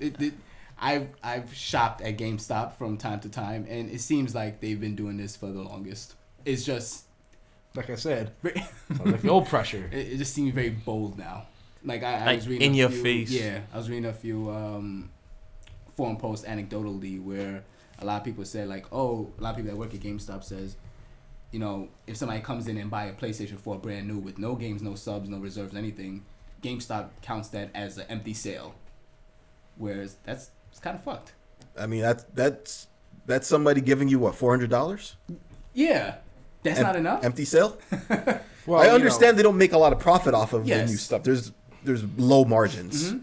S4: it, it I've I've shopped at GameStop from time to time, and it seems like they've been doing this for the longest. It's just
S2: Like I said,
S4: it,
S2: sounds like the old pressure.
S4: it just seems very bold now. Like I, I
S3: Like,
S4: was reading
S3: in
S4: a
S3: your
S4: few-
S3: face.
S4: Yeah, I was reading a few um, forum posts anecdotally where a lot of people said like, oh, a lot of people that work at GameStop says. You know, if somebody comes in and buy a PlayStation 4 brand new with no games, no subs, no reserves, anything, GameStop counts that as an empty sale. Whereas that's it's kind of fucked.
S1: i mean that's that's that's somebody giving you what $400
S4: Yeah, that's
S1: Em-
S4: not enough.
S1: empty sale
S2: Well,
S1: I
S2: you know,
S1: understand they don't make a lot of profit off of
S4: Yes. Mm-hmm.
S1: the new stuff. There's there's low margins,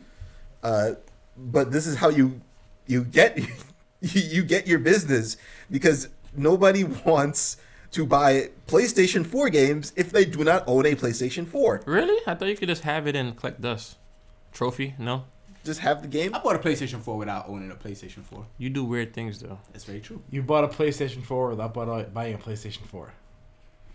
S1: uh, but this is how you you get you, you get your business because nobody wants to buy PlayStation 4 games if they do not own a PlayStation 4.
S3: really? I thought you could just have it and collect dust. Trophy? No.
S1: Just have the game.
S4: I bought a PlayStation 4 without owning a PlayStation 4.
S3: You do weird things though.
S4: That's very true.
S2: you bought a PlayStation 4 without bought- buying a PlayStation 4.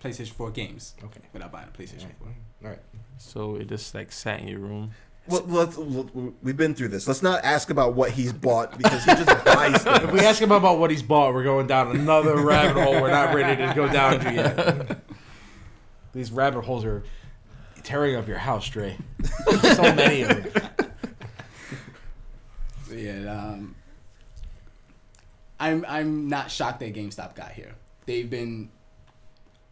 S4: PlayStation 4 games
S2: Okay.
S4: without buying a PlayStation 4.
S2: All right.
S3: So it just like sat in your room.
S1: Well, let's, we've been through this. Let's not ask about what he's bought because he just buys
S2: If
S1: things.
S2: we ask him about what he's bought, we're going down another rabbit hole we're not ready to go down to yet. These rabbit holes are tearing up your house, Dre. so many of them.
S4: So yeah, um, I'm I'm not shocked that GameStop got here. They've been.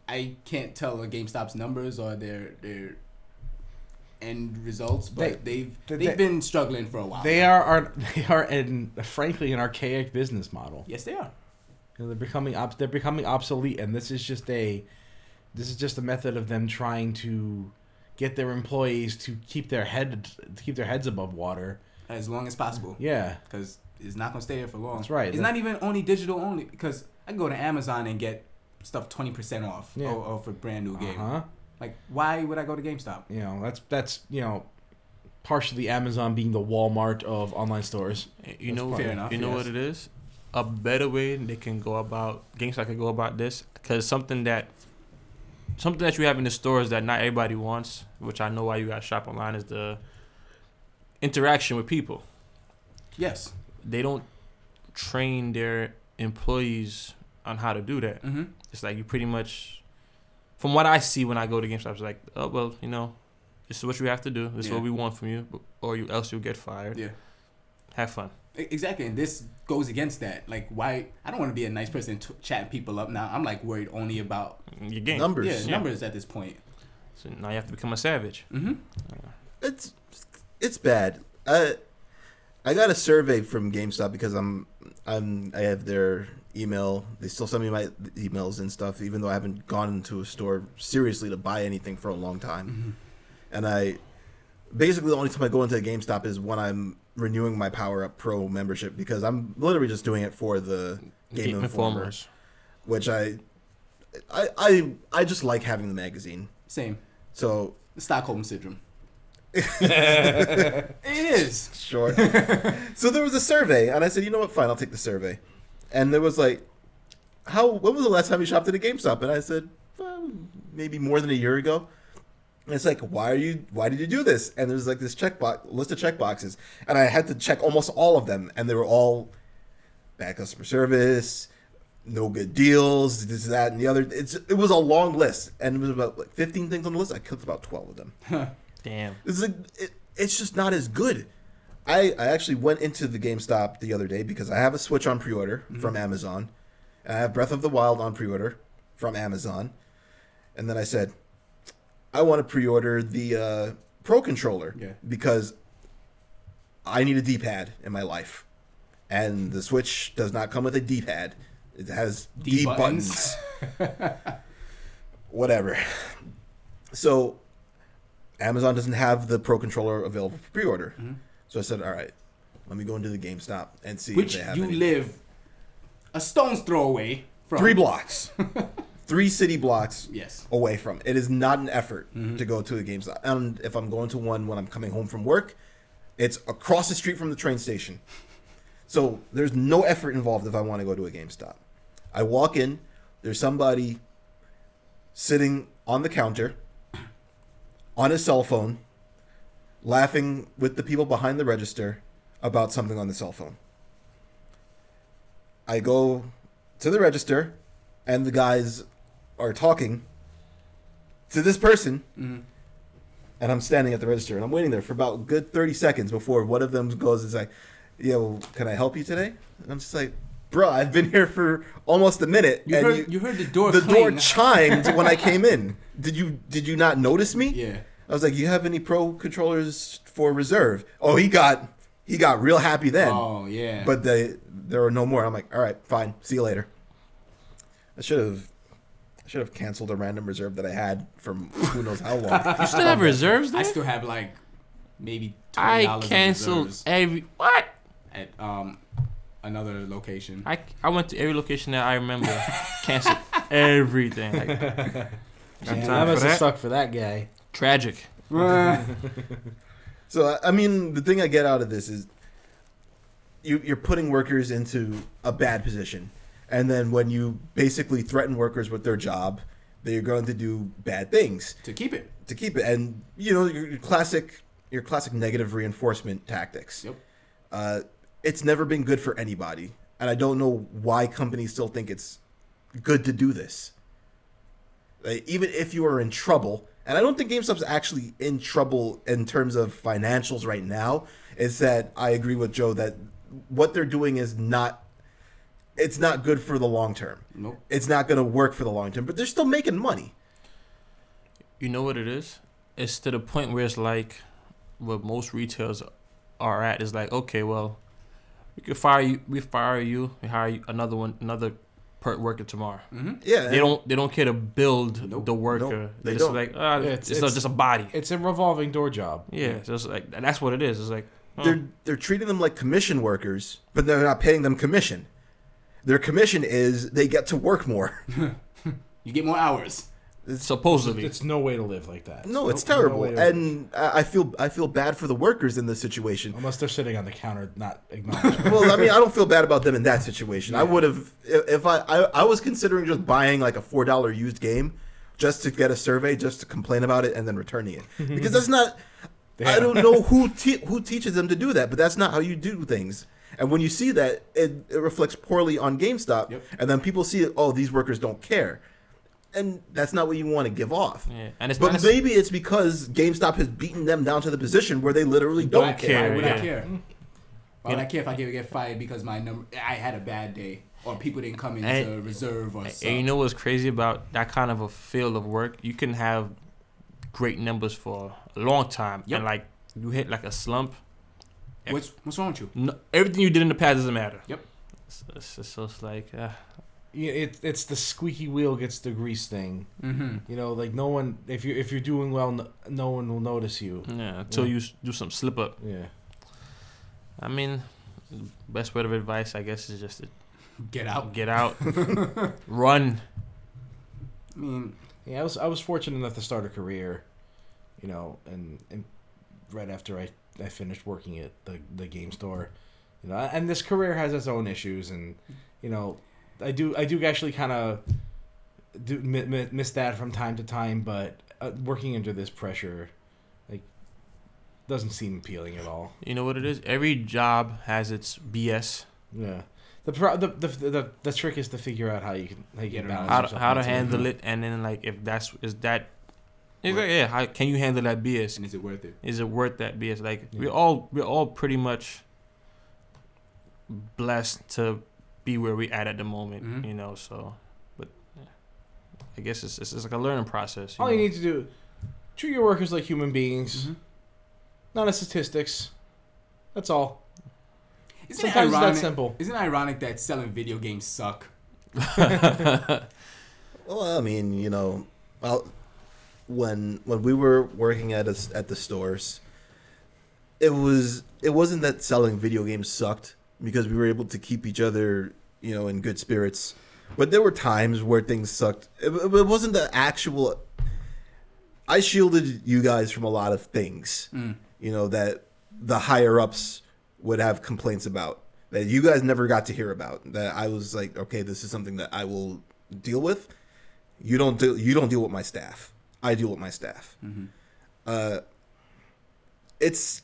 S4: I can't tell the GameStop's numbers or their their end results, but they, have
S2: they-
S4: they've been struggling for a while.
S2: They are, are they are in frankly an archaic business model.
S4: yes, they are.
S2: You know, they're becoming obs- they're becoming obsolete, and this is just a this is just a method of them trying to get their employees to keep their head to keep their heads above water.
S4: as long as possible.
S2: Yeah,
S4: because it's not gonna stay there for long.
S2: That's right.
S4: It's not even only digital only because I can go to Amazon and get stuff twenty percent off
S2: Yeah. Uh-huh.
S4: or, or for brand new game.
S2: huh?
S4: Like, why would I go to GameStop?
S2: You know, that's that's you know, partially Amazon being the Walmart of online stores.
S3: Eh, You know,
S4: Fair enough,
S3: you know
S4: yes.
S3: what it is. A better way they can go about GameStop can go about this because something that something that you have in the stores that not everybody wants, which I know why you got to shop online is the interaction with people.
S4: Yes.
S3: They don't train their employees on how to do that.
S4: Mm-hmm.
S3: It's like you pretty much, from what I see when I go to GameStop, it's like, oh well, you know, this is what you have to do. This is what
S4: Yeah.
S3: we want from you, or you else you'll get fired.
S4: Yeah.
S3: Have fun.
S4: E- Exactly, and this goes against that. Like, why? I don't want to be a nice person t- chatting people up now. I'm like worried only about
S3: Your game.
S1: Numbers.
S4: yeah,
S3: Yeah.
S4: numbers at this point.
S3: So now you have to become a savage.
S4: Mm-hmm.
S1: It's it's bad. I I got a survey from GameStop because I'm I'm I have their email. They still send me my emails and stuff, even though I haven't gone into a store seriously to buy anything for a long time. And I basically the only time I go into a GameStop is when I'm renewing my Power Up Pro membership because I'm literally just doing it for the Game,
S3: Game
S1: Informer,
S3: Informers.
S1: which I, I I I just like having the magazine.
S4: Same
S1: So
S4: Stockholm syndrome. it is.
S1: Sure. so there was a survey, and I said, you know what? Fine, I'll take the survey. And there was like, how? When was the last time you shopped at a GameStop? And I said, well, maybe more than a year ago. And it's like, why are you? Why did you do this? And there's like this checkbox list of checkboxes, and I had to check almost all of them, and they were all bad customer service, no good deals, this, that, and the other. It's it was a long list, and it was about like 15 things on the list. I clicked about 12 of them.
S3: Damn.
S1: It's like, it, it's just not as good. I, I actually went into the GameStop the other day because I have a Switch on pre-order
S4: Mm-hmm.
S1: from Amazon, and I have Breath of the Wild on pre-order from Amazon, and then I said, I want to pre-order the uh, Pro controller
S4: Yeah.
S1: because I need a D-pad in my life, and the Switch does not come with a D-pad. It has D,
S4: D
S1: buttons.
S4: buttons.
S1: Whatever. So Amazon doesn't have the Pro controller available for pre-order.
S4: Mm-hmm.
S1: So I said, all right, let me go into the GameStop and see
S4: Which
S1: if they have
S4: you
S1: any.
S4: live a stone's throw away from
S1: Three blocks, three city blocks
S4: Yes.
S1: away from. It is not an effort to go to a GameStop. And if I'm going to one when I'm coming home from work, it's across the street from the train station. So there's no effort involved if I want to go to a GameStop. I walk in, there's somebody sitting on the counter on his cell phone, laughing with the people behind the register about something on the cell phone. I go to the register, and the guys are talking to this person,
S4: Mm-hmm.
S1: and I'm standing at the register, and I'm waiting there for about a good 30 seconds before one of them goes and like, "Yo, can I help you today?" And I'm just like, "Bruh, I've been here for almost a minute,
S4: You
S1: and
S4: heard, you heard the door.
S1: the door
S4: cling.
S1: chimed when I came in. Did you did you not notice me?
S4: Yeah.
S1: I was like, "You have any pro controllers for reserve?" Oh, he got he got real happy then.
S4: Oh yeah.
S1: But they there were no more. I'm like, "All right, fine. See you later." I should have I should have canceled a random reserve that I had from who knows how long.
S3: You still have reserves
S4: I
S3: there?
S4: still have like maybe twenty
S3: I
S4: dollars.
S3: canceled every what?
S4: at um another location.
S3: I, I went to every location that I remember. canceled everything. Like, got
S2: Man, that
S3: time for
S2: must have
S3: that?
S2: sucked for that guy.
S3: Tragic.
S1: so I- I mean, the thing I get out of this is you you're putting workers into a bad position. And then when you basically threaten workers with their job, they're going to do bad things.
S4: to keep it.
S1: to keep it. And you know your, your classic your classic negative reinforcement tactics.
S4: Yep.
S1: Uh, it's never been good for anybody, and I don't know why companies still think it's good to do this. Like, even if you are in trouble, and I don't think GameStop's actually in trouble in terms of financials right now. Is that I agree with Joe that what they're doing is not. It's not good for the long term.
S4: Nope.
S1: It's not going to work for the long term, but they're still making money.
S3: You know what it is? It's to the point where it's like what most retailers are at is like, okay, well, we could fire you. We fire you. We hire you, another one, another per worker tomorrow.
S4: Mm-hmm.
S1: Yeah,
S3: They don't they don't care to build
S4: Nope.
S3: the worker.
S1: Nope,
S3: they
S1: they
S3: just
S1: don't.
S3: like ah,
S2: Yeah,
S3: it's,
S2: it's-
S3: not
S2: it's-
S3: just a body.
S2: It's a revolving door job.
S3: Yeah, so it's like and that's what it is. It's like oh,
S1: They're they're treating them like commission workers, but they're not paying them commission. Their commission is they get to work more.
S4: You get more hours.
S3: supposedly
S2: It's no way to live like that.
S1: No, it's
S2: Oh, no
S1: terrible,
S2: way to-
S1: and I I feel I feel bad for the workers in this situation.
S2: unless they're sitting on the counter, not acknowledged.
S1: well, I mean, I don't feel bad about them in that situation. I would have if if I, I I was considering just buying like a four dollar used game just to get a survey, just to complain about it, and then returning it because that's not. I don't know who te- who teaches them to do that, but that's not how you do things. And when you see that, it, it reflects poorly on GameStop,
S4: Yep.
S1: and then people see, oh, these workers don't care, and that's not what you want to give off.
S3: yeah, and it's
S1: But
S3: not
S1: maybe it's because GameStop has beaten them down to the position where they literally don't,
S3: Don't
S1: care.
S3: care.
S4: Why would I
S3: yeah.
S4: care? Why would
S3: Yeah.
S4: I care if I get get fired because my number I had a bad day or people didn't come in to
S3: And-
S4: reserve or
S3: And you
S4: something?
S3: know what's crazy about that kind of a field of work? You can have great numbers for a long time,
S4: Yep.
S3: and like you hit like a slump.
S4: What's what's wrong with you?
S3: No, everything you did in the past doesn't matter.
S4: Yep.
S3: So it's, just- so it's like uh,
S2: Yeah, it, it's the squeaky wheel gets the grease thing.
S4: Mm-hmm.
S2: You know, like no one if you if you're doing well, no, no one will notice you.
S3: yeah, until
S2: Yeah.
S3: you s- do some slip up.
S2: Yeah,
S3: I mean, best word of advice, I guess, is just to
S4: Get out.
S3: get out, run.
S4: I mean,
S2: yeah. I was I was fortunate enough to start a career, you know, and and right after I I finished working at the the game store, you know, and this career has its own issues, and you know, I do I do actually kind of do mi- mi- miss that from time to time, but uh, working under this pressure, like, doesn't seem appealing at all.
S3: You know what it is? Every job has its BS.
S2: Yeah. The, pro- the, the the the trick is to figure out how you can how you
S4: Get
S2: can
S4: around
S2: balance
S3: How to,
S2: yourself
S3: how to
S2: mentally.
S3: handle it, and then like if that's is that. It's
S4: Right.
S3: like, yeah, how, can you handle that BS?
S4: and is it worth it?
S3: is it worth that BS? Like we
S2: Yeah.
S3: all we're all pretty much blessed to be where we at at the moment,
S4: Mhm.
S3: you know. So, but yeah. I guess it's, it's it's like a learning process. Oh, You
S2: All
S3: know?
S2: you need to do treat your workers like human beings, not as statistics. That's all.
S4: Isn't it
S2: Sometimes it's that
S4: ironic?
S2: simple.
S4: Isn't it ironic that selling video games suck?
S1: Well, I mean, you know, well, when when we were working at us at the stores, it was it wasn't that selling video games sucked because we were able to keep each other, you know, in good spirits. But there were times where things sucked. It, it it wasn't the actual. I shielded you guys from a lot of things, you know, that the higher ups would have complaints about that you guys never got to hear about. That I was like, okay, this is something that I will deal with. You don't do you don't deal with my staff. I deal with my staff. Uh, it's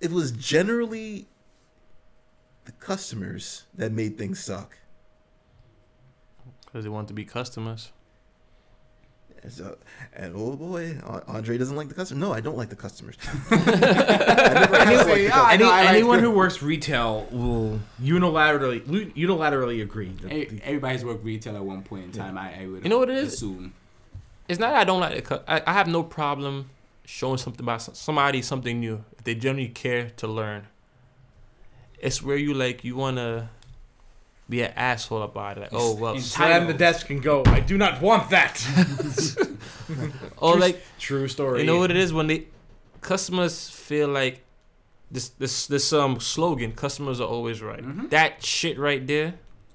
S1: it was generally the customers that made things suck.
S3: because they want to be customers.
S1: And, so, and oh boy, An- Andre doesn't like the customers. No, I don't like the customers. I never have liked the
S4: Yeah, I
S2: Any,
S4: know, I like-
S2: anyone who works retail will unilaterally lu- unilaterally agree. that
S4: Every-
S2: the-
S4: Everybody's E, worked retail at one point in time. I, I would.
S3: You know what it is?
S4: Assume.
S3: It's not that I don't like the cu- I, I have no problem showing something about some- somebody something new if they genuinely care to learn. It's where you like you wanna be an asshole about it. Like, oh well,
S4: Entitled.
S2: Slam the desk and go. I do not want that.
S3: oh
S2: True s-
S3: like
S2: true story.
S3: You know what it is when they customers feel like this this this um slogan customers are always right.
S4: Mhm.
S3: That shit right there.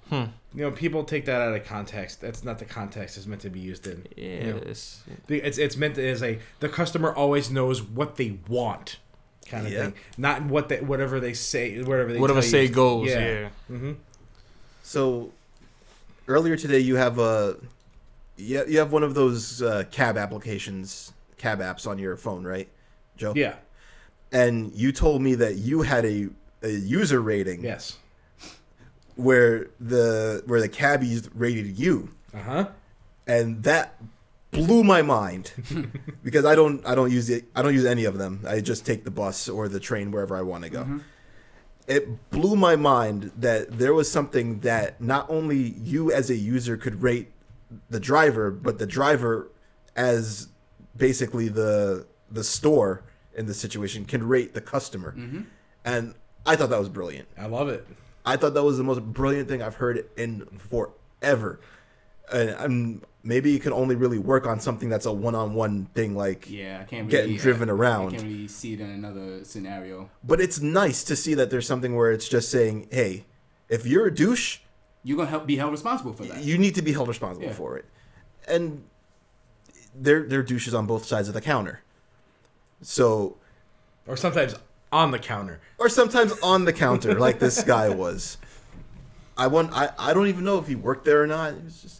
S3: Hmm.
S2: You know, people take that out of context. That's not the context it's meant to be used in.
S3: Yeah.
S2: Yeah.
S3: It's,
S2: It's it's meant as a the customer always knows what they want kind of
S1: Yeah.
S2: thing, not what they whatever they say, whatever they
S3: whatever
S2: tell
S3: say
S2: you.
S3: goes.
S2: Yeah.
S3: Yeah.
S2: Mm-hmm.
S1: So earlier today, you have a yeah, you have one of those uh, cab applications, cab apps on your phone, right, Joe?
S2: Yeah.
S1: And you told me that you had a, a user rating
S2: Yes.
S1: where the where the cabbies rated you,
S2: Uh huh.
S1: and that blew my mind because I don't I don't use it I don't use any of them. I just take the bus or the train wherever I want to go. It blew my mind that there was something that not only you as a user could rate the driver, but the driver as basically the the store in the situation can rate the customer. And I thought that was brilliant.
S2: I love it.
S1: I thought that was the most brilliant thing I've heard in forever. And I'm maybe you can only really work on something that's a one-on-one thing like
S4: Yeah, I can't really
S1: Getting driven
S4: I-
S1: around.
S4: I can't really see it in another scenario.
S1: but it's nice to see that there's something where it's just saying, "Hey, if you're a douche,
S4: You're gonna help be held responsible for that.
S1: you need to be held responsible
S4: Yeah.
S1: for it. And they're they're douches on both sides of the counter. So
S2: Or sometimes on the counter.
S1: or sometimes on the counter, like this guy was. I want I, I don't even know if he worked there or not. It was just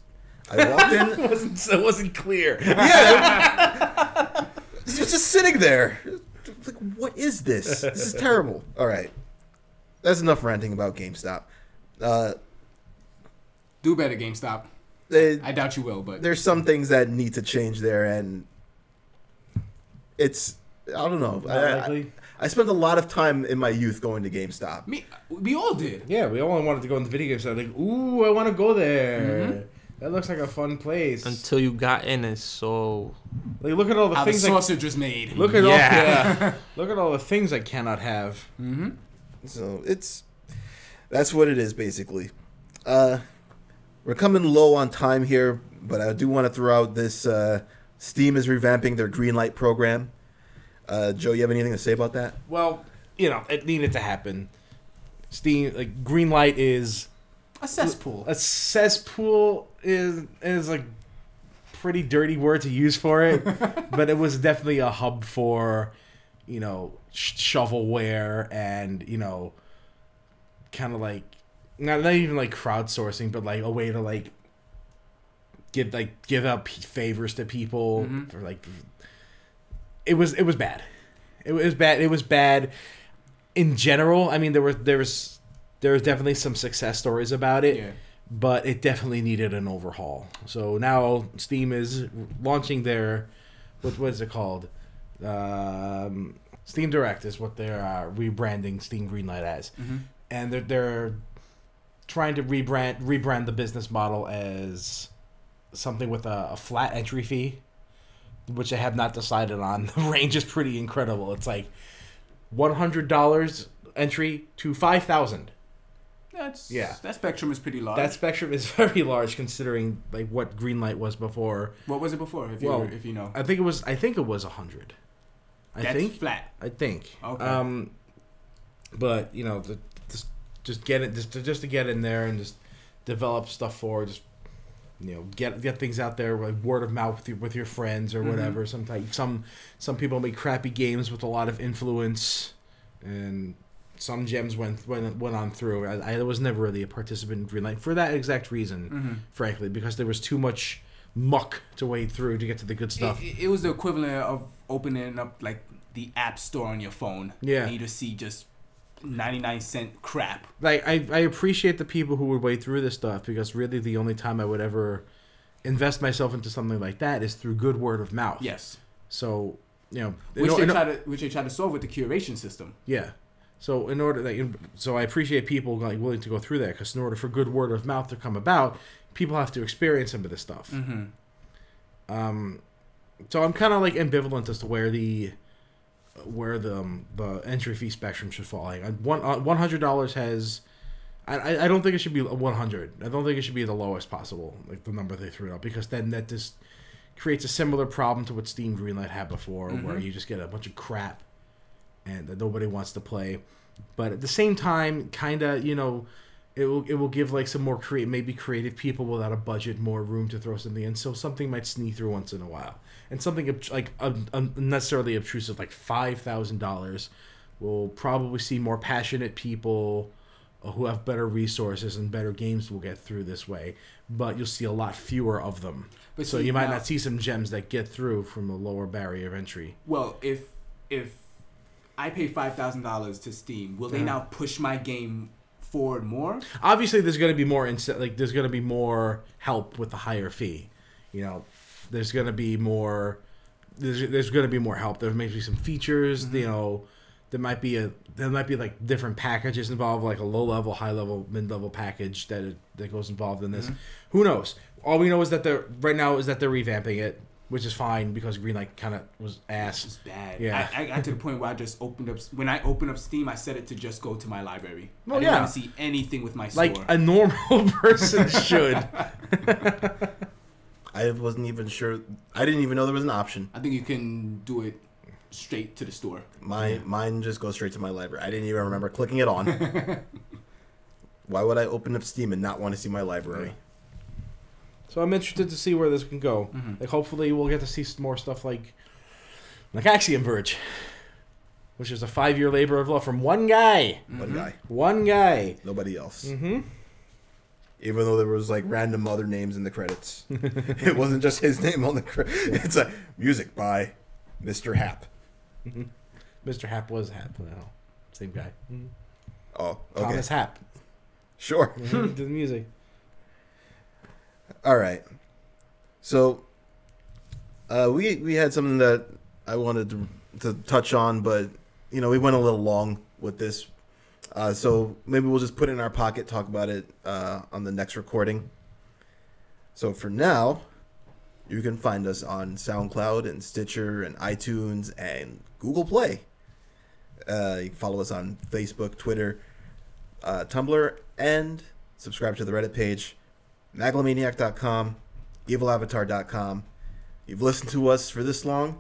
S1: I walked in.
S2: It wasn't, so it wasn't clear.
S1: yeah. He was just sitting there. Like, what is this? This is terrible. All right. That's enough ranting about GameStop. Uh,
S4: Do better, GameStop.
S1: they,
S4: I doubt you will, but
S1: there's some things that need to change there, and it's I don't know. I,
S2: Not
S1: I,
S2: likely.
S1: I spent a lot of time in my youth going to GameStop.
S4: me, we all did.
S2: Yeah, we all wanted to go into video games. So like, ooh, I want to go there. That looks like a fun place.
S3: Until you got in and so
S2: like, look at all the
S4: How the
S2: things. I,
S4: sausage was made.
S2: look at all.
S3: Yeah.
S2: Yeah. look at all the things I cannot have.
S4: hmm
S1: So it's that's what it is basically. Uh, we're coming low on time here, but I do want to throw out this. Uh, Steam is revamping their green light program. Uh, Joe, you have anything to say about that?
S2: Well, you know, it needed to happen. Steam like green light is
S4: A cesspool.
S2: a cesspool is is a pretty dirty word to use for it, but it was definitely a hub for, you know, sh- shovelware and you know, kind of like not not even like crowdsourcing, but like a way to like give like give up favors to people or like it was it was bad. It was bad. It was bad in general. I mean, there were there was there was definitely some success stories about it,
S4: Yeah.
S2: but it definitely needed an overhaul. So now Steam is launching their what what is it called? Um, Steam Direct is what they're uh, rebranding Steam Greenlight as, and they're they're trying to rebrand rebrand the business model as something with a, a flat entry fee which I have not decided on. The range is pretty incredible. It's like one hundred dollars entry to five thousand.
S4: That's
S2: Yeah.
S4: That spectrum is pretty large.
S2: That spectrum is very large considering like what Greenlight was before.
S4: what was it before? If you
S2: Well,
S4: if you know,
S2: I think it was I think it was a hundred. I
S4: that's
S2: think
S4: flat.
S2: I think.
S4: Okay.
S2: Um, but you know, the, just just get it just to, just to get in there and just develop stuff for just you know get get things out there like word of mouth with your, with your friends or whatever. Sometimes some some people make crappy games with a lot of influence, and some gems went went went on through. I, I was never really a participant in Greenlight for that exact reason, frankly, because there was too much muck to wade through to get to the good stuff.
S4: It, it was the equivalent of opening up like the app store on your phone.
S2: Yeah.
S4: And you just see just ninety nine cent crap.
S2: like I, I appreciate the people who would wade through this stuff because really the only time I would ever invest myself into something like that is through good word of mouth.
S4: Yes.
S2: So you know, in
S4: Which
S2: or-
S4: they
S2: in or-
S4: try to which they try to solve with the curation system.
S2: yeah. So in order that you- so I appreciate people like willing to go through that because in order for good word of mouth to come about, people have to experience some of this stuff.
S4: Mm-hmm.
S2: Um, so I'm kind of like ambivalent as to where the where the um, the entry fee spectrum should fall. Like on one uh, one hundred dollars has, I- I I don't think it should be one hundred. I don't think it should be the lowest possible, like the number they threw out, because then that just creates a similar problem to what Steam Greenlight had before, where you just get a bunch of crap and that nobody wants to play. But at the same time, kind of you know. It will, it will give like some more create maybe creative people without a budget more room to throw something in so something might sneak through once in a while and something ob- like un- unnecessarily obtrusive like $5000 will probably see more passionate people who have better resources and better games will get through this way but you'll see a lot fewer of them
S4: But
S2: so
S4: see,
S2: you might
S4: now-
S2: not see some gems that get through from a lower barrier of entry
S4: Well, if if I pay five thousand dollars to Steam, will they
S2: Yeah.
S4: now push my game forward more?
S2: obviously there's going to be more ince- like there's going to be more help with the higher fee you know there's going to be more there's, there's going to be more help there may be some features you know there might be a there might be like different packages involved like a low level high level mid level package that that goes involved in this who knows all we know is that they're right now is that they're revamping it which is fine because Green Light kind of was
S4: It's
S2: ass.
S4: just bad.
S2: Yeah.
S4: I, I got to the point where I just opened up. When I opened up Steam, I set it to just go to my library.
S2: Well,
S4: I didn't
S2: Oh, yeah.
S4: want to see anything with my store.
S2: Like a normal person should.
S1: I wasn't even sure. I didn't even know there was an option.
S4: I think you can do it straight to the store.
S1: My mine just goes straight to my library. I didn't even remember clicking it on. Why would I open up Steam and not want to see my library?
S2: So I'm interested to see where this can go.
S4: Mhm.
S2: Like, hopefully, we'll get to see some more stuff like, like Axiom Verge, which is a five-year labor of love from one guy,
S1: One guy,
S2: one guy.
S1: nobody else.
S2: Mm-hmm.
S1: Even though there was like random other names in the credits, it wasn't just his name on the. Cre- it's a music by Mr. Hap.
S2: Mr. Hap was Hap now, same guy. Mhm.
S1: Oh, okay,
S2: Thomas Hap
S1: sure.
S2: Mhm, did the music.
S1: All right. So uh, we we had something that I wanted to, to touch on, but you know we went a little long with this. Uh, so maybe we'll just put it in our pocket, talk about it uh, on the next recording. So for now, you can find us on SoundCloud and Stitcher and iTunes and Google Play. Uh, you can follow us on Facebook, Twitter, uh, Tumblr, and subscribe to the Reddit page, maglemaniac.com, evilavatar.com. You've listened to us for this long.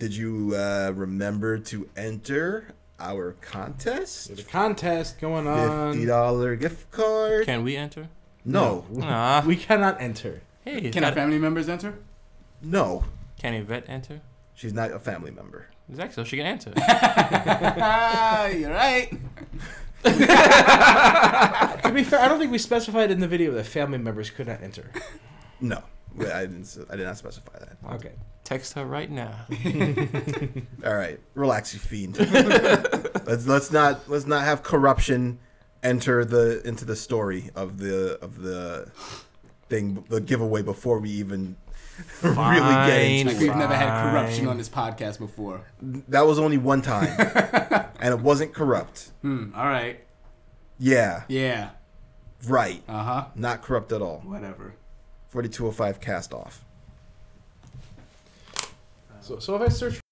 S1: Did you uh, remember to enter our contest?
S2: There's a contest going on.
S1: Fifty dollar gift card.
S3: Can we enter?
S1: no,
S3: Nah.
S2: We cannot enter.
S3: Hey, is
S4: Can our
S3: that-
S4: family members enter?
S1: no,
S3: can a vet enter?
S1: she's not a family member.
S3: Exactly, so she can enter.
S4: Ah, You're right.
S2: to be fair, I don't think we specified in the video that family members could not enter.
S1: No, Wait, I didn't. s- I did not specify that.
S2: Okay.
S3: Text her right now.
S1: All right, relax, you fiend. let's let's not let's not have corruption enter the into the story of the of the thing the giveaway before we even really get into
S4: Like
S1: it.
S4: we've never had corruption
S3: Fine.
S4: on this podcast before.
S1: That was only one time, and it wasn't corrupt.
S4: Hmm. All right.
S1: Yeah,
S4: Yeah.
S1: right.
S4: Uh huh.
S1: Not corrupt at all. oh
S4: Whatever.
S1: Forty two hundred five cast off.
S2: So, so if I search